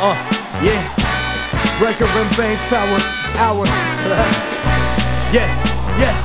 Uh, yeah. Breaker and Bane's power hour. yeah, yeah.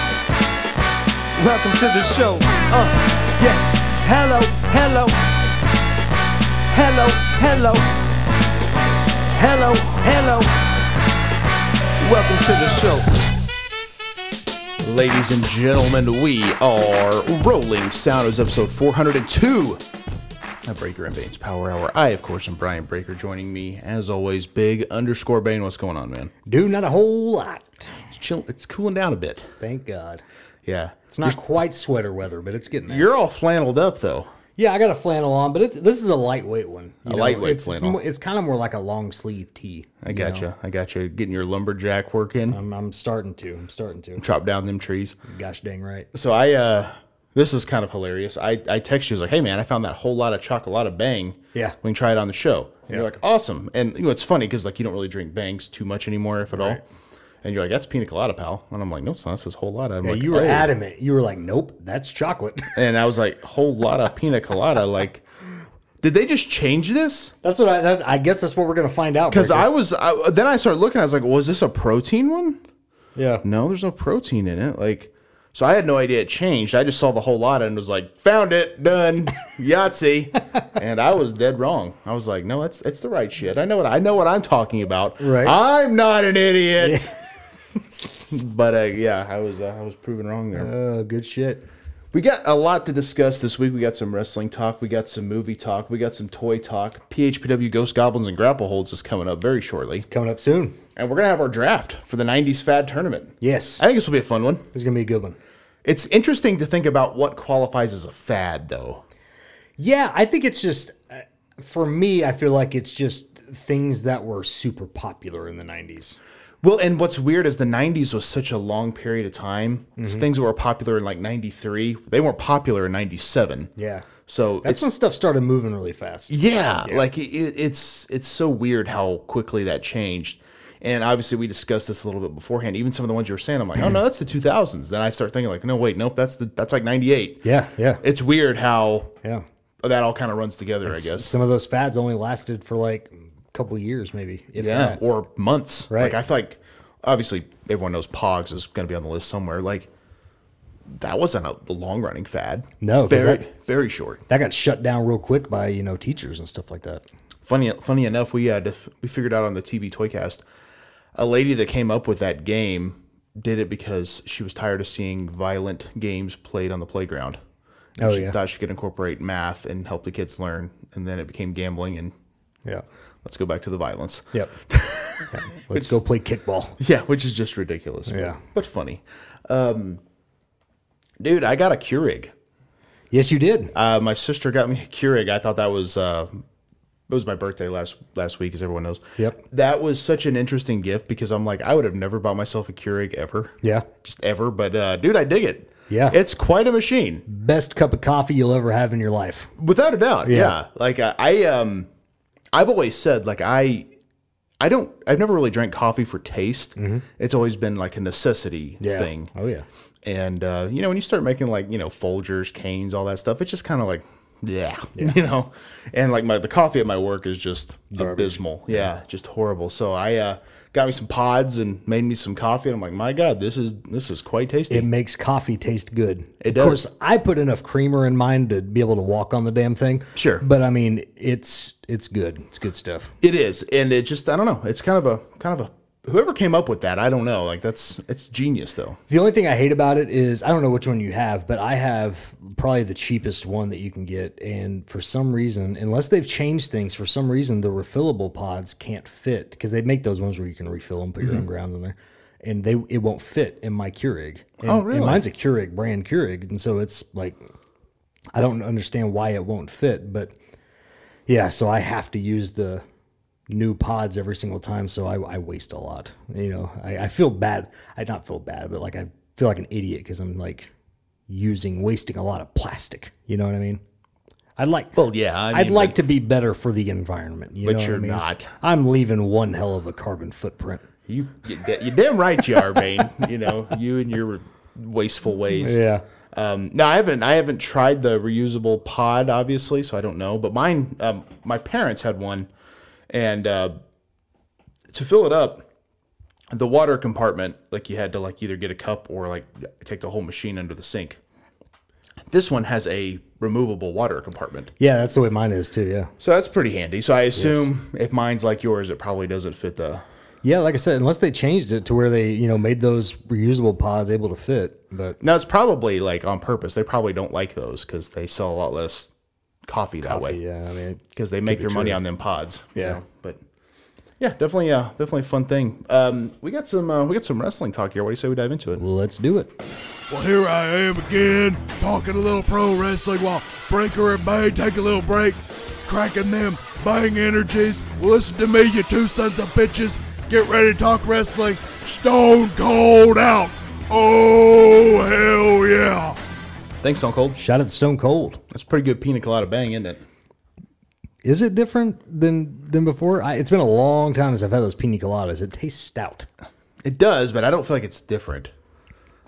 Welcome to the show. Uh, yeah. Hello, hello. Hello, hello. Hello, hello. Welcome to the show. Ladies and gentlemen, we are Rolling Sound. It was episode 402 of Breaker and Bane's Power Hour. I, of course, am Brian Breaker. Joining me, as always, Big underscore Bane. What's going on, man? Do not a whole lot. It's chill. It's cooling down a bit. Thank God. Yeah. It's not quite sweater weather, but it's getting there. You're all flanneled up, though. Yeah, I got a flannel on, but it, this is a lightweight one. you A lightweight it's, flannel. It's, mo- it's kind of more like a long sleeve tee. I got gotcha. you. I got you. Getting your lumberjack work in. I'm, I'm starting to. I'm starting to. Chop down them trees. Gosh dang right. So I, uh, this is kind of hilarious. I, I text you, I was like, hey, man, I found that whole lot of chocolate bang. Yeah. We can try it on the show. And you're like, awesome. And, you know, it's funny because, like, you don't really drink bangs too much anymore, if at all. And you're like, that's pina colada, pal. And I'm like, no, it's not. This is whole lot. I'm Yeah, like, you were "Oh." adamant. You were like, nope, that's chocolate. And I was like, whole lot of pina colada. Like, did they just change this? that's what I. That, I guess that's what we're gonna find out. Because Breaker. I was, I, then I started looking. I was like, was this a protein one? yeah. no, there's no protein in it. Like, so I had no idea it changed. I just saw the whole lot and was like, found it, done, Yahtzee. and I was dead wrong. I was like, no, it's it's the right shit. I know what I know what I'm talking about. Right. I'm not an idiot. but uh, yeah, I was uh, I was proven wrong there. Oh, good shit. We got a lot to discuss this week. We got some wrestling talk. We got some movie talk. We got some toy talk. PHPW Ghost Goblins and Grapple Holds is coming up very shortly, Coming up soon. and we're gonna have our draft for the '90s Fad Tournament. Yes, I think this will be a fun one. it's gonna be a good one. It's interesting to think about what qualifies as a fad, though. Yeah, I think it's just uh, for me. I feel like it's just things that were super popular in the '90s. Well, and what's weird is the 90s was such a long period of time. It's Mm-hmm. things that were popular in like 93, they weren't popular in 97. Yeah, So that's when it's, stuff started moving really fast. yeah, like it, it- it's it's so weird how quickly that changed. And obviously, we discussed this a little bit beforehand. Even some of the ones you were saying, I'm like, oh no, that's the 2000s. Then I start thinking like, no, wait, nope, that's the that's like 98. Yeah, yeah, It's weird how yeah. that all kind of runs together, I guess. Some of those fads only lasted for like a couple years, maybe. if Yeah, that. or months. Like Right. I feel like obviously everyone knows Pogs is going to be on the list somewhere. Like that wasn't a the long running fad. No, 'cause very that- very short. that got shut down real quick by you know teachers and stuff like that. Funny funny enough, we had we figured out on the TB Toycast a lady that came up with that game did it because she was tired of seeing violent games played on the playground. And Oh, she yeah. thought she could incorporate math and help the kids learn, and then it became gambling and Yeah. let's go back to the violence. Yep. Yeah. Let's go play kickball. Yeah, which is just ridiculous. Yeah. But funny. Um, dude, I got a Keurig. Yes, you did. Uh, my sister got me a Keurig. I thought that was uh, it was my birthday last last week, as everyone knows. Yep. That was such an interesting gift because I'm like, I would have never bought myself a Keurig ever. yeah. Just ever. But uh, dude, I dig it. Yeah. It's quite a machine. Best cup of coffee you'll ever have in your life. Without a doubt. Yeah. Like uh, I um I've always said like I I don't I've never really drank coffee for taste. It's always been like a necessity thing. Oh Mm-hmm. yeah. And uh, you know, when you start making like you know Folgers, Canes, all that stuff, it's just kind of like, yeah, you know. And like my the coffee at my work is just abysmal. Yeah, just horrible. So I uh, got me some pods and made me some coffee. And I'm like, my God, this is this is quite tasty. It makes coffee taste good. It Of does. course, I put enough creamer in mine to be able to walk on the damn thing. Sure. But I mean, it's it's good. It's good stuff. It is, and it just I don't know. It's kind of a kind of a whoever came up with that. I don't know. Like that's it's genius though. The only thing I hate about it is I don't know which one you have, but I have probably the cheapest one that you can get. And for some reason, unless they've changed things, for some reason, the refillable pods can't fit because they make those ones where you can refill them, put your Mm-hmm. own grounds in there, and they it won't fit in my Keurig. And, Oh, and really? mine's a Keurig brand Keurig, and so it's like I don't understand why it won't fit, but yeah, so I have to use the new pods every single time, so I, I waste a lot. You know, I, I feel bad. I not feel bad, but like I feel like an idiot because I'm like using wasting a lot of plastic. You know what I mean? I'd like Well, yeah, I I'd mean, like to be better for the environment. You But know what I you're mean? not. I'm leaving one hell of a carbon footprint. You you da- you damn right you are, Bane. You know you and your wasteful ways. Yeah. Um, no, I haven't. I haven't tried the reusable pod, obviously, so I don't know. But mine, um, my parents had one, and uh, to fill it up, the water compartment, like you had to like either get a cup or like take the whole machine under the sink. This one has a removable water compartment. Yeah, that's the way mine is too. Yeah. So that's pretty handy. So I assume if mine's like yours, it probably doesn't fit the. Yeah, like I said, unless they changed it to where they, you know, made those reusable pods able to fit, but No, it's probably like on purpose. They probably don't like those because they sell a lot less coffee that way yeah, I mean, because they make their money on them pods. you Yeah. know? but yeah, definitely, uh, definitely a fun thing. Um, we got some, uh, we got some wrestling talk here. What do you say we dive into it? well, let's do it. Well, here I am again, talking a little pro wrestling while Breaker and Bay take a little break, cracking them bang energies. Well, listen to me, you two sons of bitches. Get ready to talk wrestling. Stone cold out. Oh, hell yeah. Thanks, Stone Cold. Shout out to Stone Cold. That's pretty good pina colada bang, isn't it? Is it different than than before? I, it's been a long time since I've had those pina coladas. It tastes stout. It does, but I don't feel like it's different.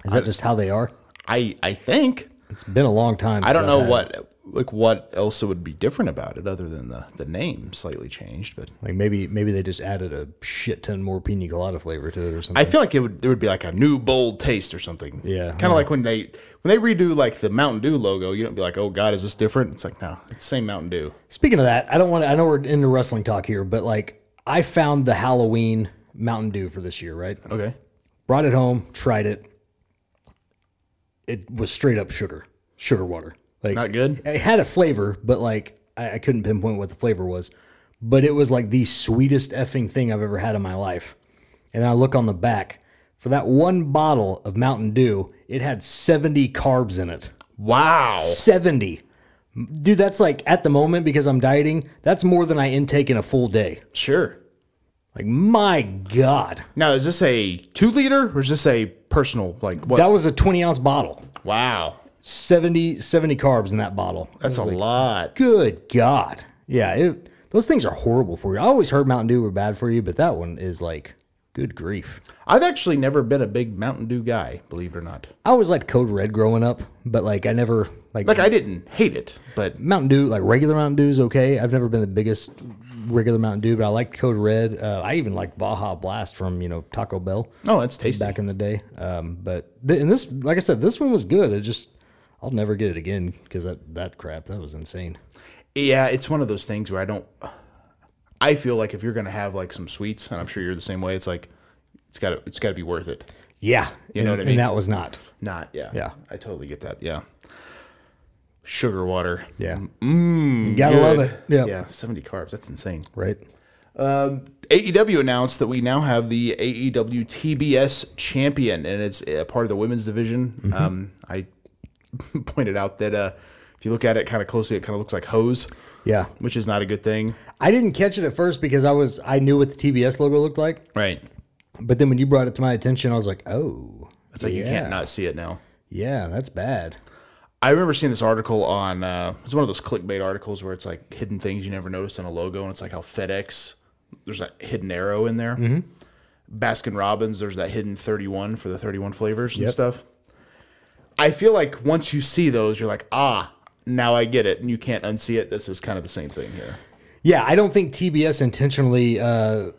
Is that just how they are? I, I think It's been a long time. I don't since know I've had it. what, like what else it would be different about it other than the the name slightly changed, but. Like maybe maybe they just added a shit ton more pina colada flavor to it or something. I feel like it would there would be like a new bold taste or something. Yeah, Kind of yeah. like when they when they redo like the Mountain Dew logo, you don't be like, "Oh god, is this different?" It's like, "No, it's the same Mountain Dew." Speaking of that, I don't want to. I know we're into wrestling talk here, but like I found the Halloween Mountain Dew for this year. Right, Okay. brought it home, tried it. It was straight up sugar, sugar water. Like Not good. it had a flavor, but like I, I couldn't pinpoint what the flavor was. But it was like the sweetest effing thing I've ever had in my life. And I look on the back for that one bottle of Mountain Dew, it had 70 carbs in it. Wow. 70. Dude, that's like at the moment because I'm dieting, that's more than I intake in a full day. Sure. Like, my God. Now, is this a 2 liter or is this a personal like what? That was a 20 ounce bottle. wow. 70, 70 carbs in that bottle. That's a lot. Good God. Yeah, it, those things are horrible for you. I always heard Mountain Dew were bad for you, but that one is like, good grief. I've actually never been a big Mountain Dew guy, believe it or not. I always liked Code Red growing up, but like, I never, like, Like I didn't hate it, but Mountain Dew, like regular Mountain Dew is okay. I've never been the biggest regular Mountain Dew, but I liked Code Red. Uh, I even liked Baja Blast from, you know, Taco Bell oh, it's tasty. back in the day. Um, but, th- and this, like I said, this one was good. It just, I'll never get it again because that, that crap, that was insane. Yeah, it's one of those things where I don't. I feel like if you're gonna have like some sweets, and I'm sure you're the same way, it's like it's got to it's got to be worth it. Yeah. You know what I mean? And that was not. Not yeah. Yeah. I totally get that. Yeah. Sugar water. Yeah. Mm, gotta love Good. it. Yeah. Yeah. 70 carbs. That's insane. Right. AEW E announced that we now have the E AEW TBS champion, and it's a part of the women's division. Um, I pointed out that uh, if you look at it kind of closely, it kind of looks like hose, Yeah. which is not a good thing. I didn't catch it at first because I was I knew what the TBS logo looked like, Right. but then when you brought it to my attention, I was like, "Oh, It's like you Yeah. can't not see it now. yeah, that's bad." I remember seeing this article on uh, it's one of those clickbait articles where it's like hidden things you never notice on a logo, and it's like how FedEx there's that hidden arrow in there. Baskin Robbins there's that hidden 31 for the 31 flavors and stuff. I feel like once you see those, you're like, ah, now I get it, and you can't unsee it. This is kind of the same thing here. Yeah, I don't think TBS intentionally uh,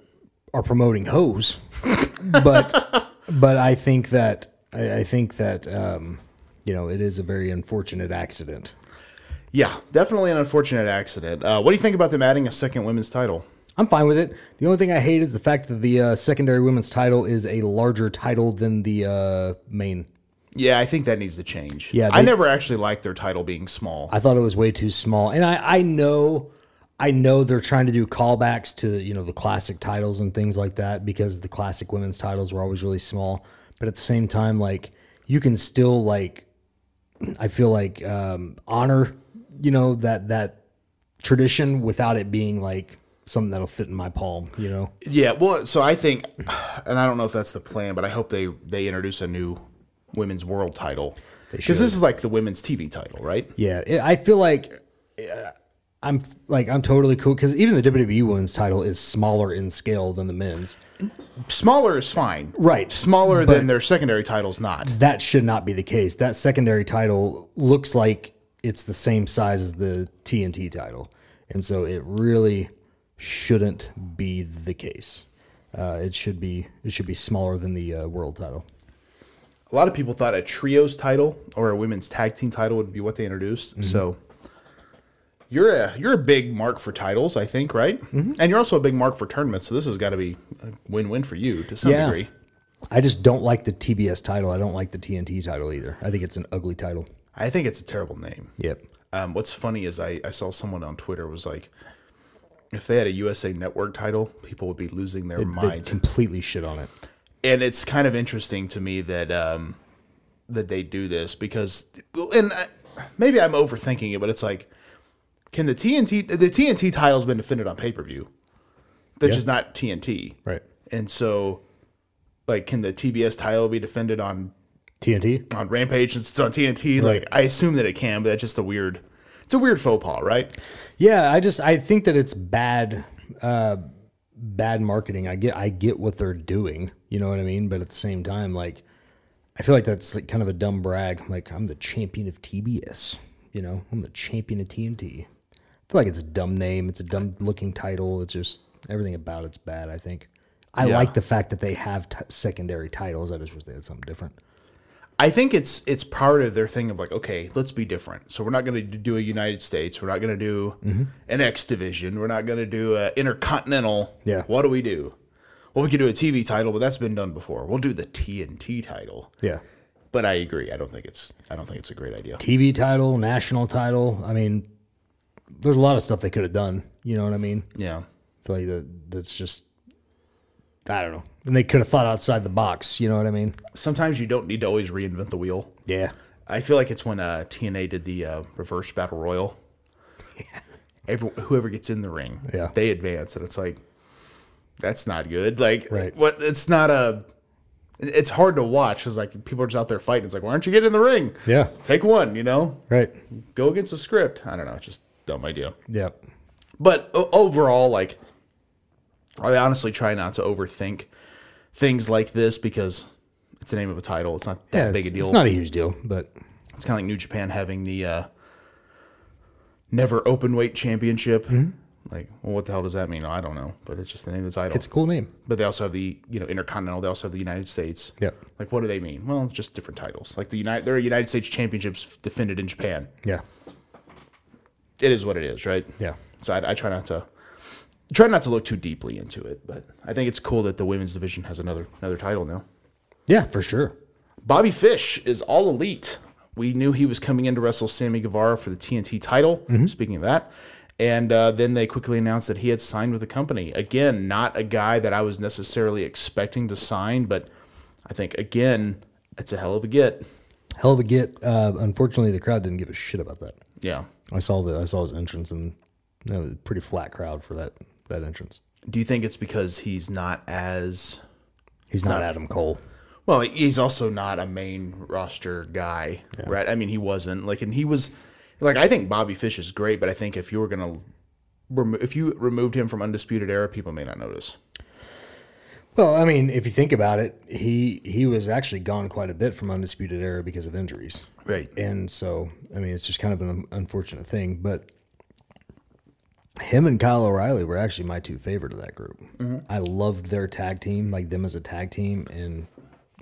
are promoting hoes, but but I think that I, I think that um, you know it is a very unfortunate accident. Yeah, definitely an unfortunate accident. Uh, what do you think about them adding a second women's title? I'm fine with it. The only thing I hate is the fact that the uh, secondary women's title is a larger title than the uh, main. Yeah, I think that needs to change. Yeah, I they- never actually liked their title being small. I thought it was way too small, and I I know I know they're trying to do callbacks to you know the classic titles and things like that because the classic women's titles were always really small. But at the same time, like you can still like I feel like um, honor you know that that tradition without it being like something that'll fit in my palm. You know, yeah, well, so I think, and I don't know if that's the plan, but I hope they they introduce a new women's world title because this is like the women's TV title, right? yeah. It, I feel like. Uh, I'm like I'm totally cool because even the WWE Women's title is smaller in scale than the men's. Smaller is fine, Right. Smaller But- than their secondary title's not. that should not be the case. That secondary title looks like it's the same size as the TNT title, and so it really shouldn't be the case. Uh, it should be it should be smaller than the uh, world title. A lot of people thought a trios title or a women's tag team title would be what they introduced. So you're a you're a big mark for titles, I think, right? And you're also a big mark for tournaments. So this has got to be a win-win for you to some Yeah. degree. I just don't like the TBS title. I don't like the TNT title either. I think it's an ugly title. I think it's a terrible name. Yep. Um, what's funny is I, I saw someone on Twitter was like, if they had a USA Network title, people would be losing their They minds. completely shit on it. and it's kind of interesting to me that um, that they do this because, well, and I, maybe I'm overthinking it, but it's like, can the TNT the TNT title's been defended on pay per view, that's just not TNT, Right. and so, like, can the TBS title be defended on TNT. on Rampage since it's on TNT? Like, I assume that it can, but that's just a weird. It's a weird faux pas, right? Yeah, I just I think that it's bad uh bad marketing. I get I get what they're doing, you know what I mean? But at the same time, like I feel like that's like kind of a dumb brag. Like I'm the champion of TBS, you know? I'm the champion of TNT. I feel like it's a dumb name, it's a dumb looking title. It's just everything about it's bad, I think. I Yeah. like the fact that they have t- secondary titles. I just wish they had something different. I think it's it's part of their thing of like, okay, let's be different. So we're not going to do a United States. We're not going to do an X division. We're not going to do a intercontinental. Yeah. What do we do? Well, we could do a TV title, but that's been done before. We'll do the TNT title. Yeah. But I agree. I don't think it's I don't think it's a great idea. TV title, national title. I mean, there's a lot of stuff they could have done, you know what I mean? Yeah. feel like that that's just I don't know. And they could have thought outside the box, you know what I mean? Sometimes you don't need to always reinvent the wheel. Yeah. I feel like it's when uh, TNA did the uh, reverse battle royal. Every, whoever gets in the ring, Yeah. they advance, and it's like that's not good. Like Right. what? It's not a. It's hard to watch because like people are just out there fighting. It's like why aren't you getting in the ring? Yeah. Take one, you know, Right. go against the script. I don't know, it's just a dumb idea. Yeah. But o- overall, like, I honestly try not to overthink things like this because it's the name of a title. It's not that yeah big it's, a deal. it's not a huge deal, but It's kind of like New Japan having the uh, never open weight championship. Hmm? Like, well, what the hell does that mean? I don't know, but it's just the name of the title. it's a cool name. But they also have the you know Intercontinental. They also have the United States. Yep. Like, what do they mean? Well, it's just different titles. Like the United, there are United States championships defended in Japan. Yeah. It is what it is, right? Yeah. So I, I try not to try not to look too deeply into it, but I think it's cool that the women's division has another another title now. Yeah, for sure. Bobby Fish is all elite. We knew he was coming in to wrestle Sammy Guevara for the TNT title. Speaking of that, and uh, then they quickly announced that he had signed with the company. Again, not a guy that I was necessarily expecting to sign, but I think again, it's a hell of a get. Hell of a get. Uh, unfortunately, the crowd didn't give a shit about that. Yeah. I saw the I saw his entrance and that was a pretty flat crowd for that that entrance. Do you think it's because he's not as He's not Adam Cole. Well, he's also not a main roster guy, right? I mean, he wasn't like, and he was like, I think Bobby Fish is great, but I think if you were gonna, remo- if you removed him from Undisputed Era, people may not notice. Well, I mean, if you think about it, he he was actually gone quite a bit from Undisputed Era because of injuries. Right. and so I mean it's just kind of an unfortunate thing. But him and Kyle O'Reilly were actually my two favorite of that group. I loved their tag team, like them as a tag team, and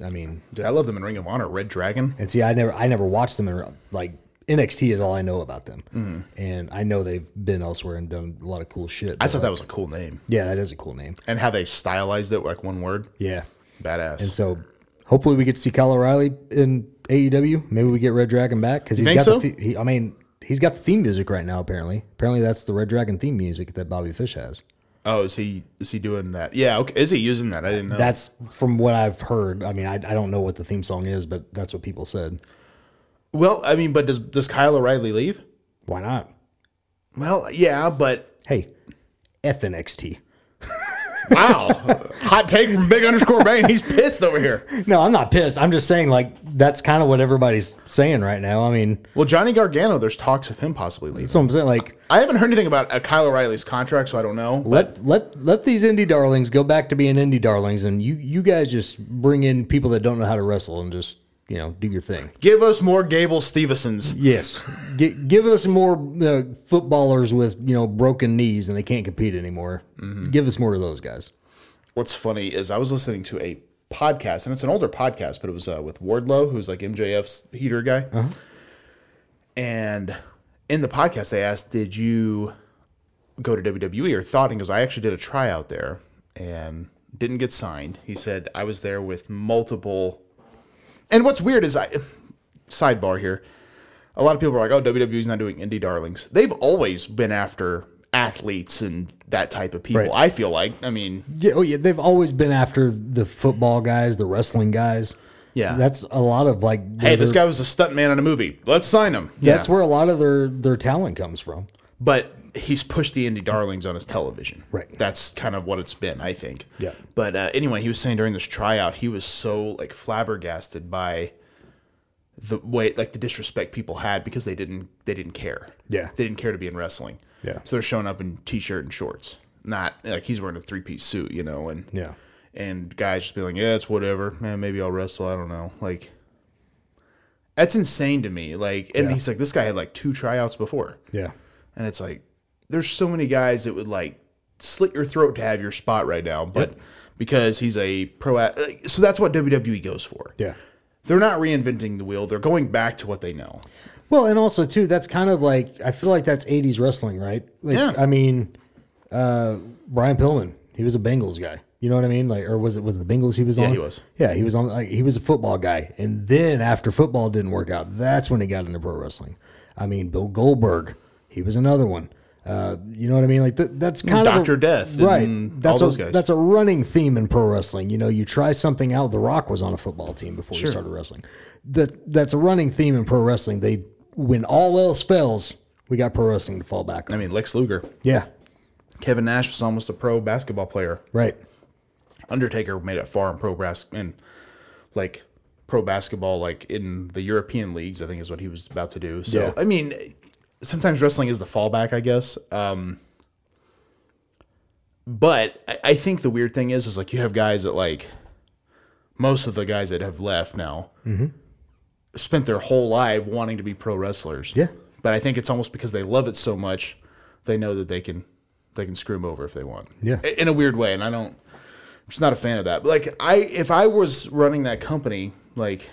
I mean, Dude, I love them in Ring of Honor, Red Dragon. and see, I never, I never watched them, in, like NXT is all I know about them, and I know they've been elsewhere and done a lot of cool shit. I but, thought like, that was a cool name. yeah, that is a cool name. And how they stylized it like one word. Yeah, Badass. and so hopefully we get to see Kyle O'Reilly in AEW. Maybe we get Red Dragon back because he's think got so? the the, he, I mean, he's got the theme music right now. Apparently, apparently that's the Red Dragon theme music that Bobby Fish has. oh, is he is he doing that? Yeah, okay. Is he using that? I didn't know. That's from what I've heard. I mean, I, I don't know what the theme song is, but that's what people said. well, I mean, but does does Kyle O'Reilly leave? Why not? Well, yeah, but Hey, FNXT. wow. Hot take from big underscore Bane. He's pissed over here. No, I'm not pissed. I'm just saying, like, that's kind of what everybody's saying right now. I mean, Well, Johnny Gargano, there's talks of him possibly leaving. that's what I'm saying. Like, I haven't heard anything about uh, Kyle O'Reilly's contract, so I don't know. let let let these indie darlings go back to being indie darlings, and you you guys just bring in people that don't know how to wrestle and just you know do your thing. Give us more Gable Stevensons. Yes, G- give us more uh, footballers with you know broken knees and they can't compete anymore. Give us more of those guys. What's funny is I was listening to a podcast, and it's an older podcast, but it was uh, with Wardlow, who's like MJF's heater guy. And in the podcast, they asked, "Did you go to WWE or thought?" And he goes, "I actually did a tryout there and didn't get signed." He said, "I was there with multiple." And what's weird is I sidebar here. A lot of people are like, "Oh, WWE's not doing indie darlings." They've always been after athletes and that type of people. Right. I feel like, I mean, Yeah, oh yeah, they've always been after the football guys, the wrestling guys. Yeah. that's a lot of like. hey, their- this guy was a stuntman in a movie. Let's sign him. That's where a lot of their their talent comes from. but he's pushed the indie darlings on his television. Right. That's kind of what it's been, I think. Yeah. But uh, anyway, he was saying during this tryout, he was so like flabbergasted by the way, like the disrespect people had because they didn't they didn't care. Yeah. They didn't care to be in wrestling. Yeah. So they're showing up in t-shirt and shorts. Not like he's wearing a three-piece suit, you know, and Yeah. and guys just be like, yeah, it's whatever. Man, maybe I'll wrestle. I don't know. Like, that's insane to me. Like, and he's like, this guy had like two tryouts before. Yeah, And it's like, there's so many guys that would like slit your throat to have your spot right now, but because he's a pro, at- like, so that's what WWE goes for. yeah. They're not reinventing the wheel. They're going back to what they know. Well, and also too, that's kind of like I feel like that's '80s wrestling, right? Like, Yeah. I mean, uh, Brian Pillman, he was a Bengals guy. You know what I mean? Like, or was it was it the Bengals he was on? he was. Yeah, he was on. Like, he was a football guy, and then after football didn't work out, that's when he got into pro wrestling. I mean, Bill Goldberg, he was another one. Uh, you know what I mean? Like that, that's kind of Dr. Death right? and that's all a, those guys. That's a running theme in pro wrestling. You know, you try something out. The Rock was on a football team before he started wrestling. That that's a running theme in pro wrestling. They when all else fails, we got pro wrestling to fall back I on. mean, Lex Luger, Yeah, Kevin Nash was almost a pro basketball player. right. Undertaker made it far in pro bas- and like pro basketball, like in the European leagues, I think is what he was about to do. So Yeah. I mean, sometimes wrestling is the fallback, I guess. Um, but I, I think the weird thing is, is like you have guys that like most of the guys that have left now Mm-hmm. spent their whole life wanting to be pro wrestlers. Yeah. but I think it's almost because they love it so much, they know that they can they can screw them over if they want. Yeah. I- in a weird way, and I don't. I'm just not a fan of that. But like I, if I was running that company, like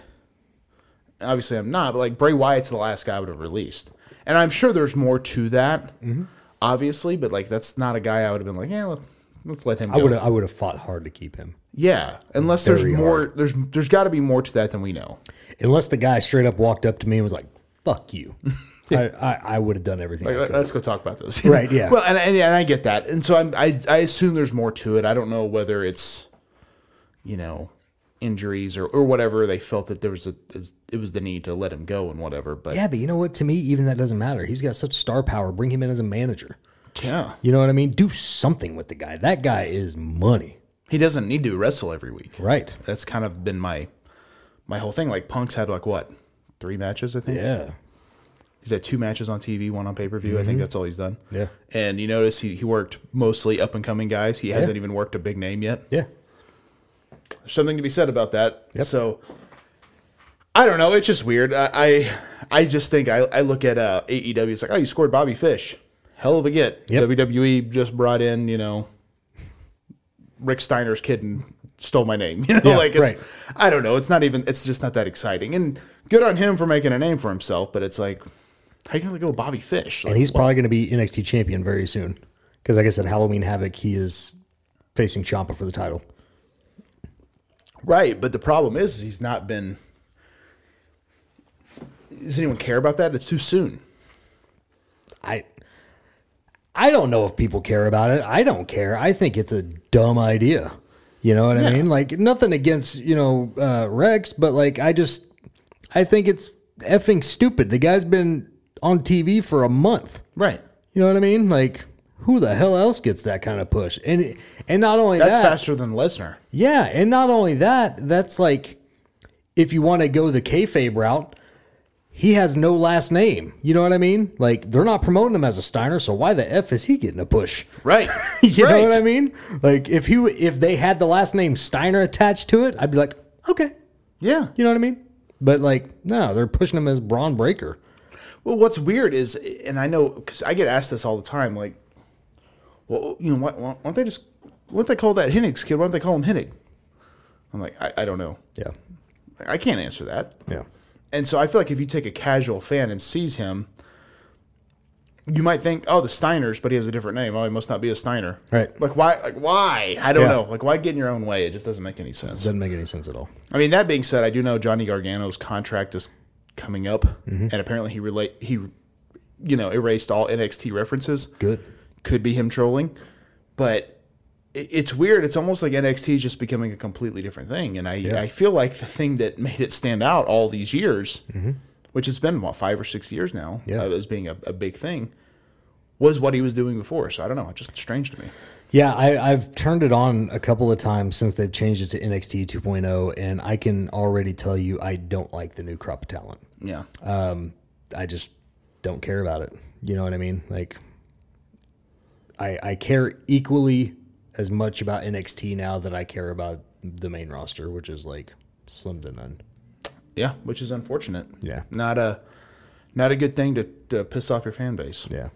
obviously I'm not, but like Bray Wyatt's the last guy I would have released, and I'm sure there's more to that, Mm-hmm. obviously. But like that's not a guy I would have been like, yeah, let, let's let him. I Go. would I would have fought hard to keep him, yeah, unless there's Very more. There's there's got to be more to that than we know. unless the guy straight up walked up to me and was like, "Fuck you." I, I, I would have done everything. I Like, could. let- let's go talk about this. Right, yeah. well, and, and, and I get that, and so I'm, I I assume there's more to it. I don't know whether it's, you know, injuries or or whatever they felt that there was a is- it was the need to let him go and whatever. But Yeah, but you know what? To me, even that doesn't matter. He's got such star power. Bring him in as a manager. yeah, You know what I mean? Do something with the guy. That guy is money. he doesn't need to wrestle every week. Right. That's kind of been my my whole thing. Like Punk's had like what three matches? I think. Yeah. He's had two matches on TV, one on pay per view. I think that's all he's done. Mm-hmm. Yeah. And you notice he, he worked mostly up and coming guys. He hasn't even worked a big name yet. Yeah. There's something to be said about that. So I don't know. It's E just weird. I I, I just think I, I look at uh, AEW. It's like, oh, you scored Bobby Fish. hell of a get. Yep. WWE just brought in, you know, Rick Steiner's kid and stole my name. You know, Yeah, like it's right. I don't know. It's not even it's just not that exciting. And good on him for making a name for himself, but it's like how you gonna go Bobby Fish? Like, and he's what- probably going to be NXT champion very soon. Because, like I said, Halloween Havoc, he is facing Ciampa for the title. right, but the problem is, is he's not been does anyone care about that? It's too soon. I I don't know if people care about it. I don't care. I think it's a dumb idea. You know what I mean? Like nothing against you know uh, Rex, but like I just I think it's effing stupid. The guy's been on TV for a month. Right. You know what I mean? Like who the hell else gets that kind of push? And it- and not only That's that, faster than Lesnar. yeah, and not only that, that's like if you want to go the kayfabe route, he has no last name. You know what I mean? Like they're not promoting him as a Steiner, so why the f is he getting a push? Right. you right. know what I mean? Like if he if they had the last name Steiner attached to it, I'd be like, okay, Yeah. you know what I mean? But like no, they're pushing him as Braun Breaker. Well, what's weird is, and I know because I get asked this all the time, like, well, you know, why, why don't they just, why don't they call that Hennig's kid? Why don't they call him Hennig? I'm like, I, I don't know. Yeah, I can't answer that. yeah, And so I feel like if you take a casual fan and sees him, you might think, oh, the Steiners, but he has a different name. Oh, he must not be a Steiner. Right. Like, why? Like, why? I don't Yeah. know. Like, why get in your own way? It just doesn't make any sense. doesn't make any sense at all. I mean, that being said, I do know Johnny Gargano's contract is coming up, and apparently he relate he, you know, erased all NXT references. Good. Could be him trolling, but i- it's weird. It's almost like NXT is just becoming a completely different thing, and I I feel like the thing that made it stand out all these years, which it's been what five or six years now, Yeah. uh, as being a, a big thing. Was what he was doing before, so I don't know. It's just strange to me. Yeah, I, I've turned it on a couple of times since they've changed it to NXT 2.0, oh, and I can already tell you I don't like the new crop of talent. Yeah, I just don't care about it. You know what I mean? Like, I I care equally as much about NXT now that I care about the main roster, which is like slim to none. yeah, which is unfortunate. Yeah. not a not a good thing to, to piss off your fan base. Yeah,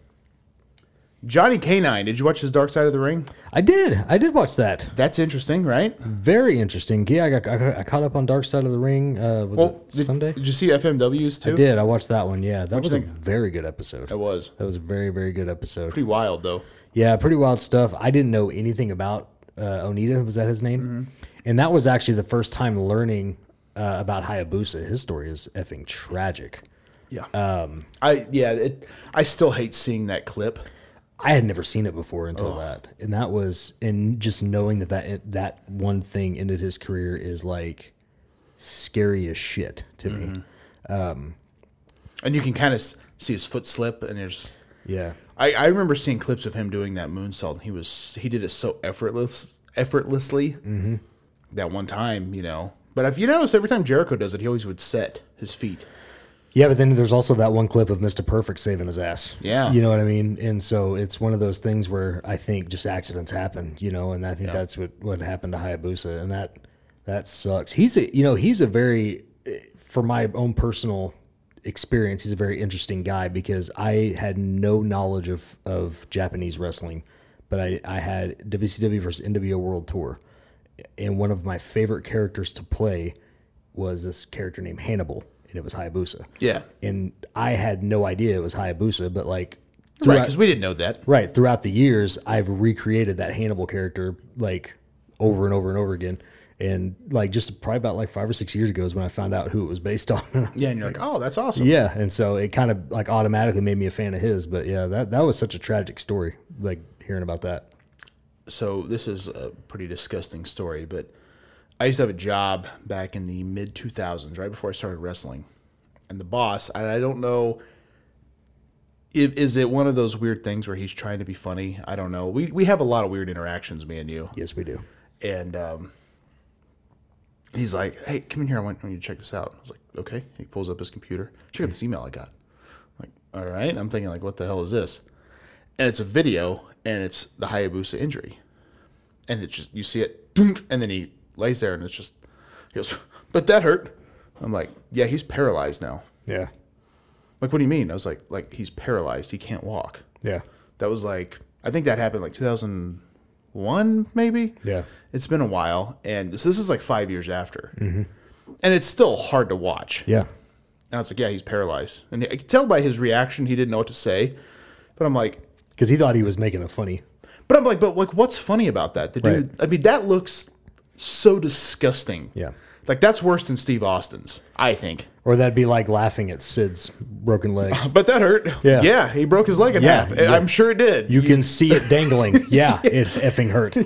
Johnny Canine, did you watch his Dark Side of the Ring? I did. I did watch that. That's interesting, right? Very interesting. Yeah, I got I, got- I caught up on Dark Side of the Ring. Uh, was it did, Sunday? did you see FMW's too? I did. I watched that one. Yeah, that was a think? very good episode. It was That was a very, very good episode. pretty wild though. yeah, pretty wild stuff. I didn't know anything about uh, Onita. Was that his name? And that was actually the first time learning uh, about Hayabusa. His story is effing tragic. Yeah. Um. I yeah. It, I still hate seeing that clip. I had never seen it before until that, and that was and just knowing that that that one thing ended his career is like scary as shit to me. And you can kind of see his foot slip, and there's. Yeah. I, I remember seeing clips of him doing that moonsault. And he was he did it so effortless, effortlessly. Mm-hmm. That one time, you know. But if you notice, every time Jericho does it, he always would set his feet. Yeah, but then there's also that one clip of Mr. Perfect saving his ass. Yeah. You know what I mean? And so it's one of those things where I think just accidents happen, you know, and I think that's what, what happened to Hayabusa and that that sucks. He's a you know, he's a very for my own personal experience, he's a very interesting guy because I had no knowledge of of Japanese wrestling, but I I had WCW versus NWO World Tour. And one of my favorite characters to play was this character named Hannibal, and it was Hayabusa Yeah. and I had no idea it was Hayabusa, but like Right, throughout, because we didn't know that. right throughout the years, I've recreated that Hannibal character like over and over and over again. And like just probably about like five or six years ago is when I found out who it was based on. Yeah, and you're like, oh, that's awesome. yeah, and so it kind of like automatically made me a fan of his. But yeah, that that was such a tragic story. Like hearing about that. so this is a pretty disgusting story, but I used to have a job back in the mid 2000s, right before I started wrestling. And the boss, and I don't know if is it one of those weird things where he's trying to be funny. I don't know. We we have a lot of weird interactions, me and you. Yes, we do. And um, he's like, "Hey, come in here. I want I want you to check this out." I was like, "Okay." He pulls up his computer. Check out this email I got. I'm like, all right. I'm thinking like, what the hell is this? And it's a video, and it's the Hayabusa injury, and it's just you see it, dunk, and then he lays there, and it's just he goes, "But that hurt." I'm like, "Yeah, he's paralyzed now." Yeah, Like, what do you mean? I was like, "Like he's paralyzed. He can't walk." yeah. That was like I think that happened like 2001 maybe. Yeah. It's been a while, and this this is like five years after, Mm-hmm. and it's still hard to watch. Yeah. And I was like, yeah, he's paralyzed, and I could tell by his reaction he didn't know what to say. But I'm like, Because he thought he was making a funny. but I'm like, but like, what's funny about that? The dude, I mean, that looks so disgusting. Yeah. Like that's worse than Steve Austin's, I think. Or that'd be like laughing at Sid's broken leg. But that hurt. Yeah. Yeah, he broke his leg in Yeah, half. yeah. I'm sure it did. You can see it dangling. Yeah, it effing hurt.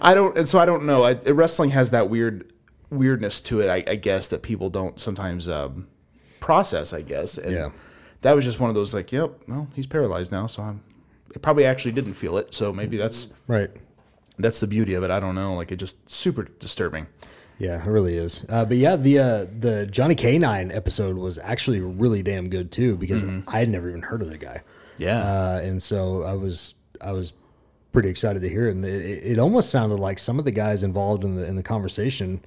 I don't, and so I don't know. I, wrestling has that weird weirdness to it, I, I guess, that people don't sometimes um, process. I guess. And Yeah. That was just one of those like, yep, well, he's paralyzed now, so I'm. It probably actually didn't feel it, so maybe that's Right. that's the beauty of it. I don't know. Like it just super disturbing. Yeah, it really is. Uh, but yeah, the uh, the Johnny Canine episode was actually really damn good too because I had never even heard of the guy, Yeah. uh, and so I was I was pretty excited to hear it. And it, it- it almost sounded like some of the guys involved in the in the conversation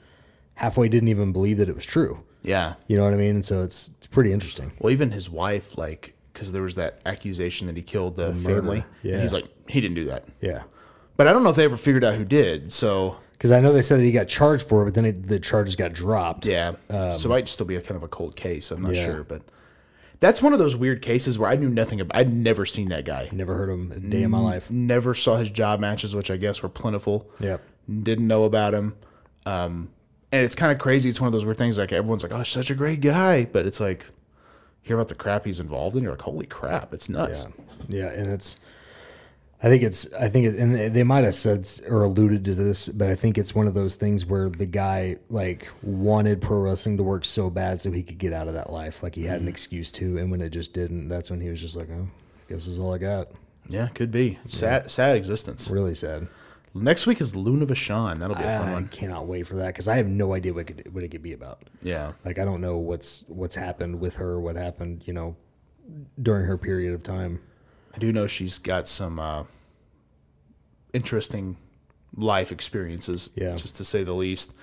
halfway didn't even believe that it was true. yeah. You know what I mean? And so it's it's pretty interesting. Well, even his wife, like, because there was that accusation that he killed the, family, yeah. and he's like, he didn't do that. Yeah. But I don't know if they ever figured out who did. So Because I know they said that he got charged for it, but then it, the charges got dropped. yeah, so it might still be a kind of a cold case. I'm not Um, Yeah. sure, but that's one of those weird cases where I knew nothing about. I'd never seen that guy. Never heard of him a day in my life. Never saw his job matches, which I guess were plentiful. Yep. Didn't know about him. Um, and it's kind of crazy. It's one of those weird things. Like everyone's like, "Oh, such a great guy," but it's like, hear about the crap he's involved in. You're like, "Holy crap, it's nuts." Yeah, and it's. I think it's. I think, it, and they- they might have said s- or alluded to this, but I think it's one of those things where the guy like wanted pro wrestling to work so bad so he could get out of that life. Like he had an excuse to, and when it just didn't, that's when he was just like, "Oh, guess this is all I got." Yeah, could be. Sad, sad existence. Really sad. Next week is Luna Vashon. That'll be a fun I one. cannot wait for that because I have no idea what it could, what it could be about. Yeah. Like I don't know what's what's happened with her, what happened, you know, during her period of time. I do know she's got some uh, interesting life experiences, Yeah. just to say the least.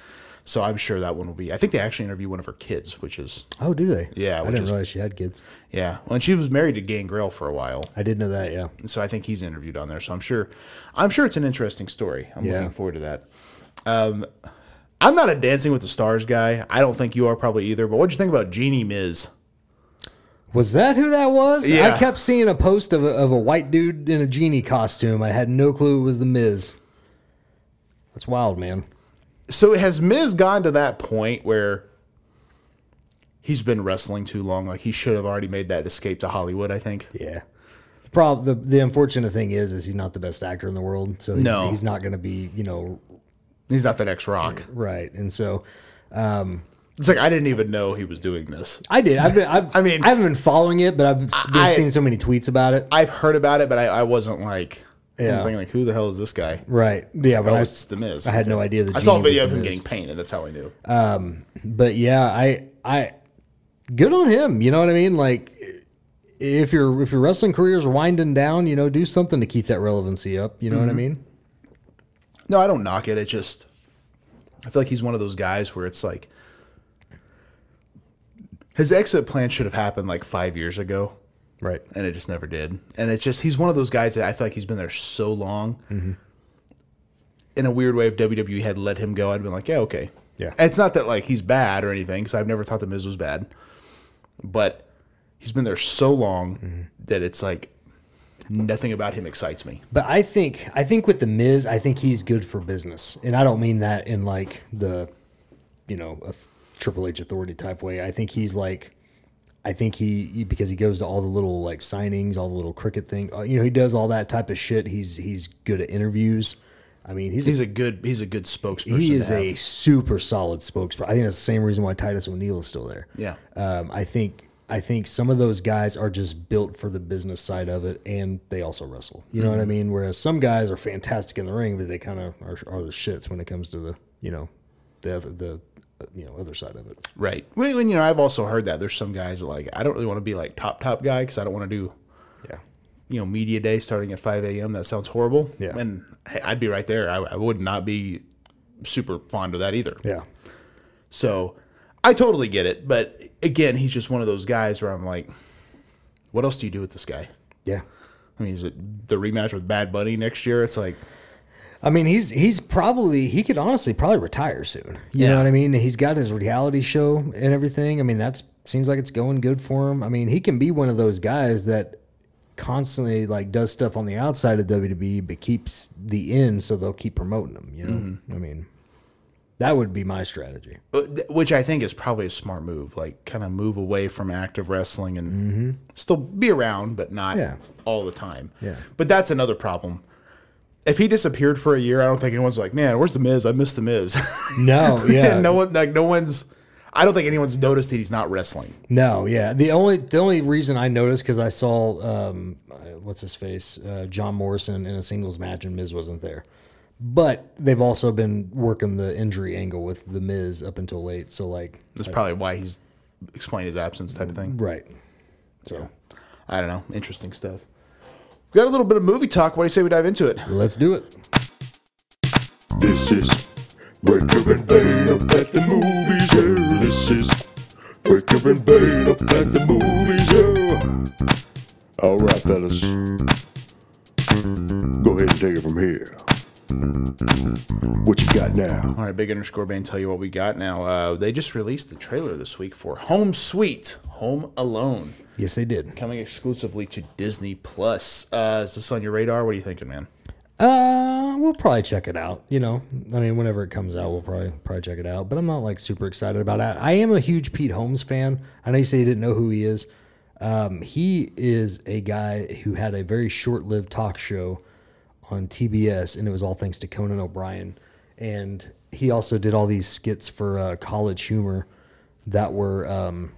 So I'm sure that one will be. I think they actually interview one of her kids, which is Oh, do they? Yeah, I which didn't is- realize she had kids. yeah. Well, and she was married to Gangrel for a while, I did know that. Yeah. and so I think he's interviewed on there. So I'm sure, I'm sure it's an interesting story. I'm Yeah. looking forward to that. Um, I'm not a Dancing with the Stars guy. I don't think you are probably either. But what'd you think about Jeannie Miz? Was that who that was? Yeah. I kept seeing a post of a, of a white dude in a genie costume. I had no clue it was the Miz. That's wild, man. So has Miz gone to that point where he's been wrestling too long? Like he should have already made that escape to Hollywood. I think. Yeah. The problem, the, the unfortunate thing is, is he's not the best actor in the world, so he's, No. he's not going to be, you know, He's not the next Rock. right. And so It's like I didn't even know he was doing this. I did. I've been, I've, I mean- I haven't been following it, but I've been I- seeing so many tweets about it. I've heard about it, but I, I wasn't like I'm Yeah. thinking like who the hell is this guy? Right. Yeah. Oh, But I, it's the Miz. I had no idea. That I saw a Genie was video the of him Miz. getting painted. That's how I knew. but yeah, I I good on him. You know what I mean? Like if your if your wrestling career's winding down, you know, do something to keep that relevancy up. You know what I mean? No, I don't knock it. It just I feel like he's one of those guys where it's like his exit plan should have happened like five years ago. Right. and it just never did. And it's just he's one of those guys that I feel like he's been there so long. Mm-hmm. In a weird way, if WWE had let him go, I'd been like, yeah, okay. Yeah. And it's not that like he's bad or anything, because I've never thought the Miz was bad, but he's been there so long Mm-hmm. that it's like nothing about him excites me. But I think I think with the Miz, I think he's good for business, and I don't mean that in like the, you know, a Triple H authority type way. I think he's like, I think he he- because he goes to all the little like signings, all the little cricket thing. uh, You know, he does all that type of shit. He's he's good at interviews. I mean, he's a He's a good he's a good spokesperson. he to is a have. super solid spokesperson. I think that's the same reason why Titus O'Neil is still there. Yeah. Um, I think I think some of those guys are just built for the business side of it, and they also wrestle. You know Mm-hmm. what I mean? Whereas some guys are fantastic in the ring, but they kind of are, are the shits when it comes to the you know the other, the uh, you know other side of it. right. Well, and you know, I've also heard that there's some guys that like I don't really want to be like top top guy because I don't want to do Yeah. you know media day starting at 5 a.m that sounds horrible Yeah. and hey, i'd be right there I, I would not be super fond of that either Yeah. so i totally get it but again he's just one of those guys where i'm like what else do you do with this guy Yeah. I mean, is it the rematch with Bad Bunny next year? It's like I mean, he's he's probably he could honestly probably retire soon. You know what I mean? He's got his reality show and everything. I mean, that's seems like it's going good for him. I mean, he can be one of those guys that constantly like does stuff on the outside of WWE but keeps the in so they'll keep promoting him, you know? I mean, that would be my strategy. But Uh, th- which I think is probably a smart move, like kind of move away from active wrestling and still be around, but not Mm-hmm. Yeah. all the time. Yeah. But that's another problem. If he disappeared for a year, I don't think anyone's like, man, where's the Miz? I miss the Miz. No, yeah. no one, like, no one's. I don't think anyone's noticed that he's not wrestling. No, yeah. The only the only reason I noticed because I saw um, uh, what's his face, uh, John Morrison in a singles match, and Miz wasn't there. But they've also been working the injury angle with the Miz up until late. So like, That's probably why he's explained his absence type of thing. right? So Mm-hmm. I don't know. Interesting stuff. We got a little bit of movie talk. Why do you say we dive into it? Let's do it. This is Breaker and Bane up at the movies. Yeah, this is Breaker and Bane up at the movies. Yeah. All right, fellas, go ahead and take it from here. What you got now? All right, big underscore Bane, tell you what we got now. Uh, they just released the trailer this week for Home Sweet, Home Alone, Yes, they did. coming exclusively to Disney Plus. Uh, is this on your radar? What are you thinking, man? Uh, we'll probably check it out. You know, I mean, whenever it comes out, we'll probably probably check it out. But I'm not like super excited about it. I am a huge Pete Holmes fan. I know you say you didn't know who he is. Um, he is a guy who had a very short-lived talk show on TBS, and it was all thanks to Conan O'Brien. And he also did all these skits for uh, College Humor that were um,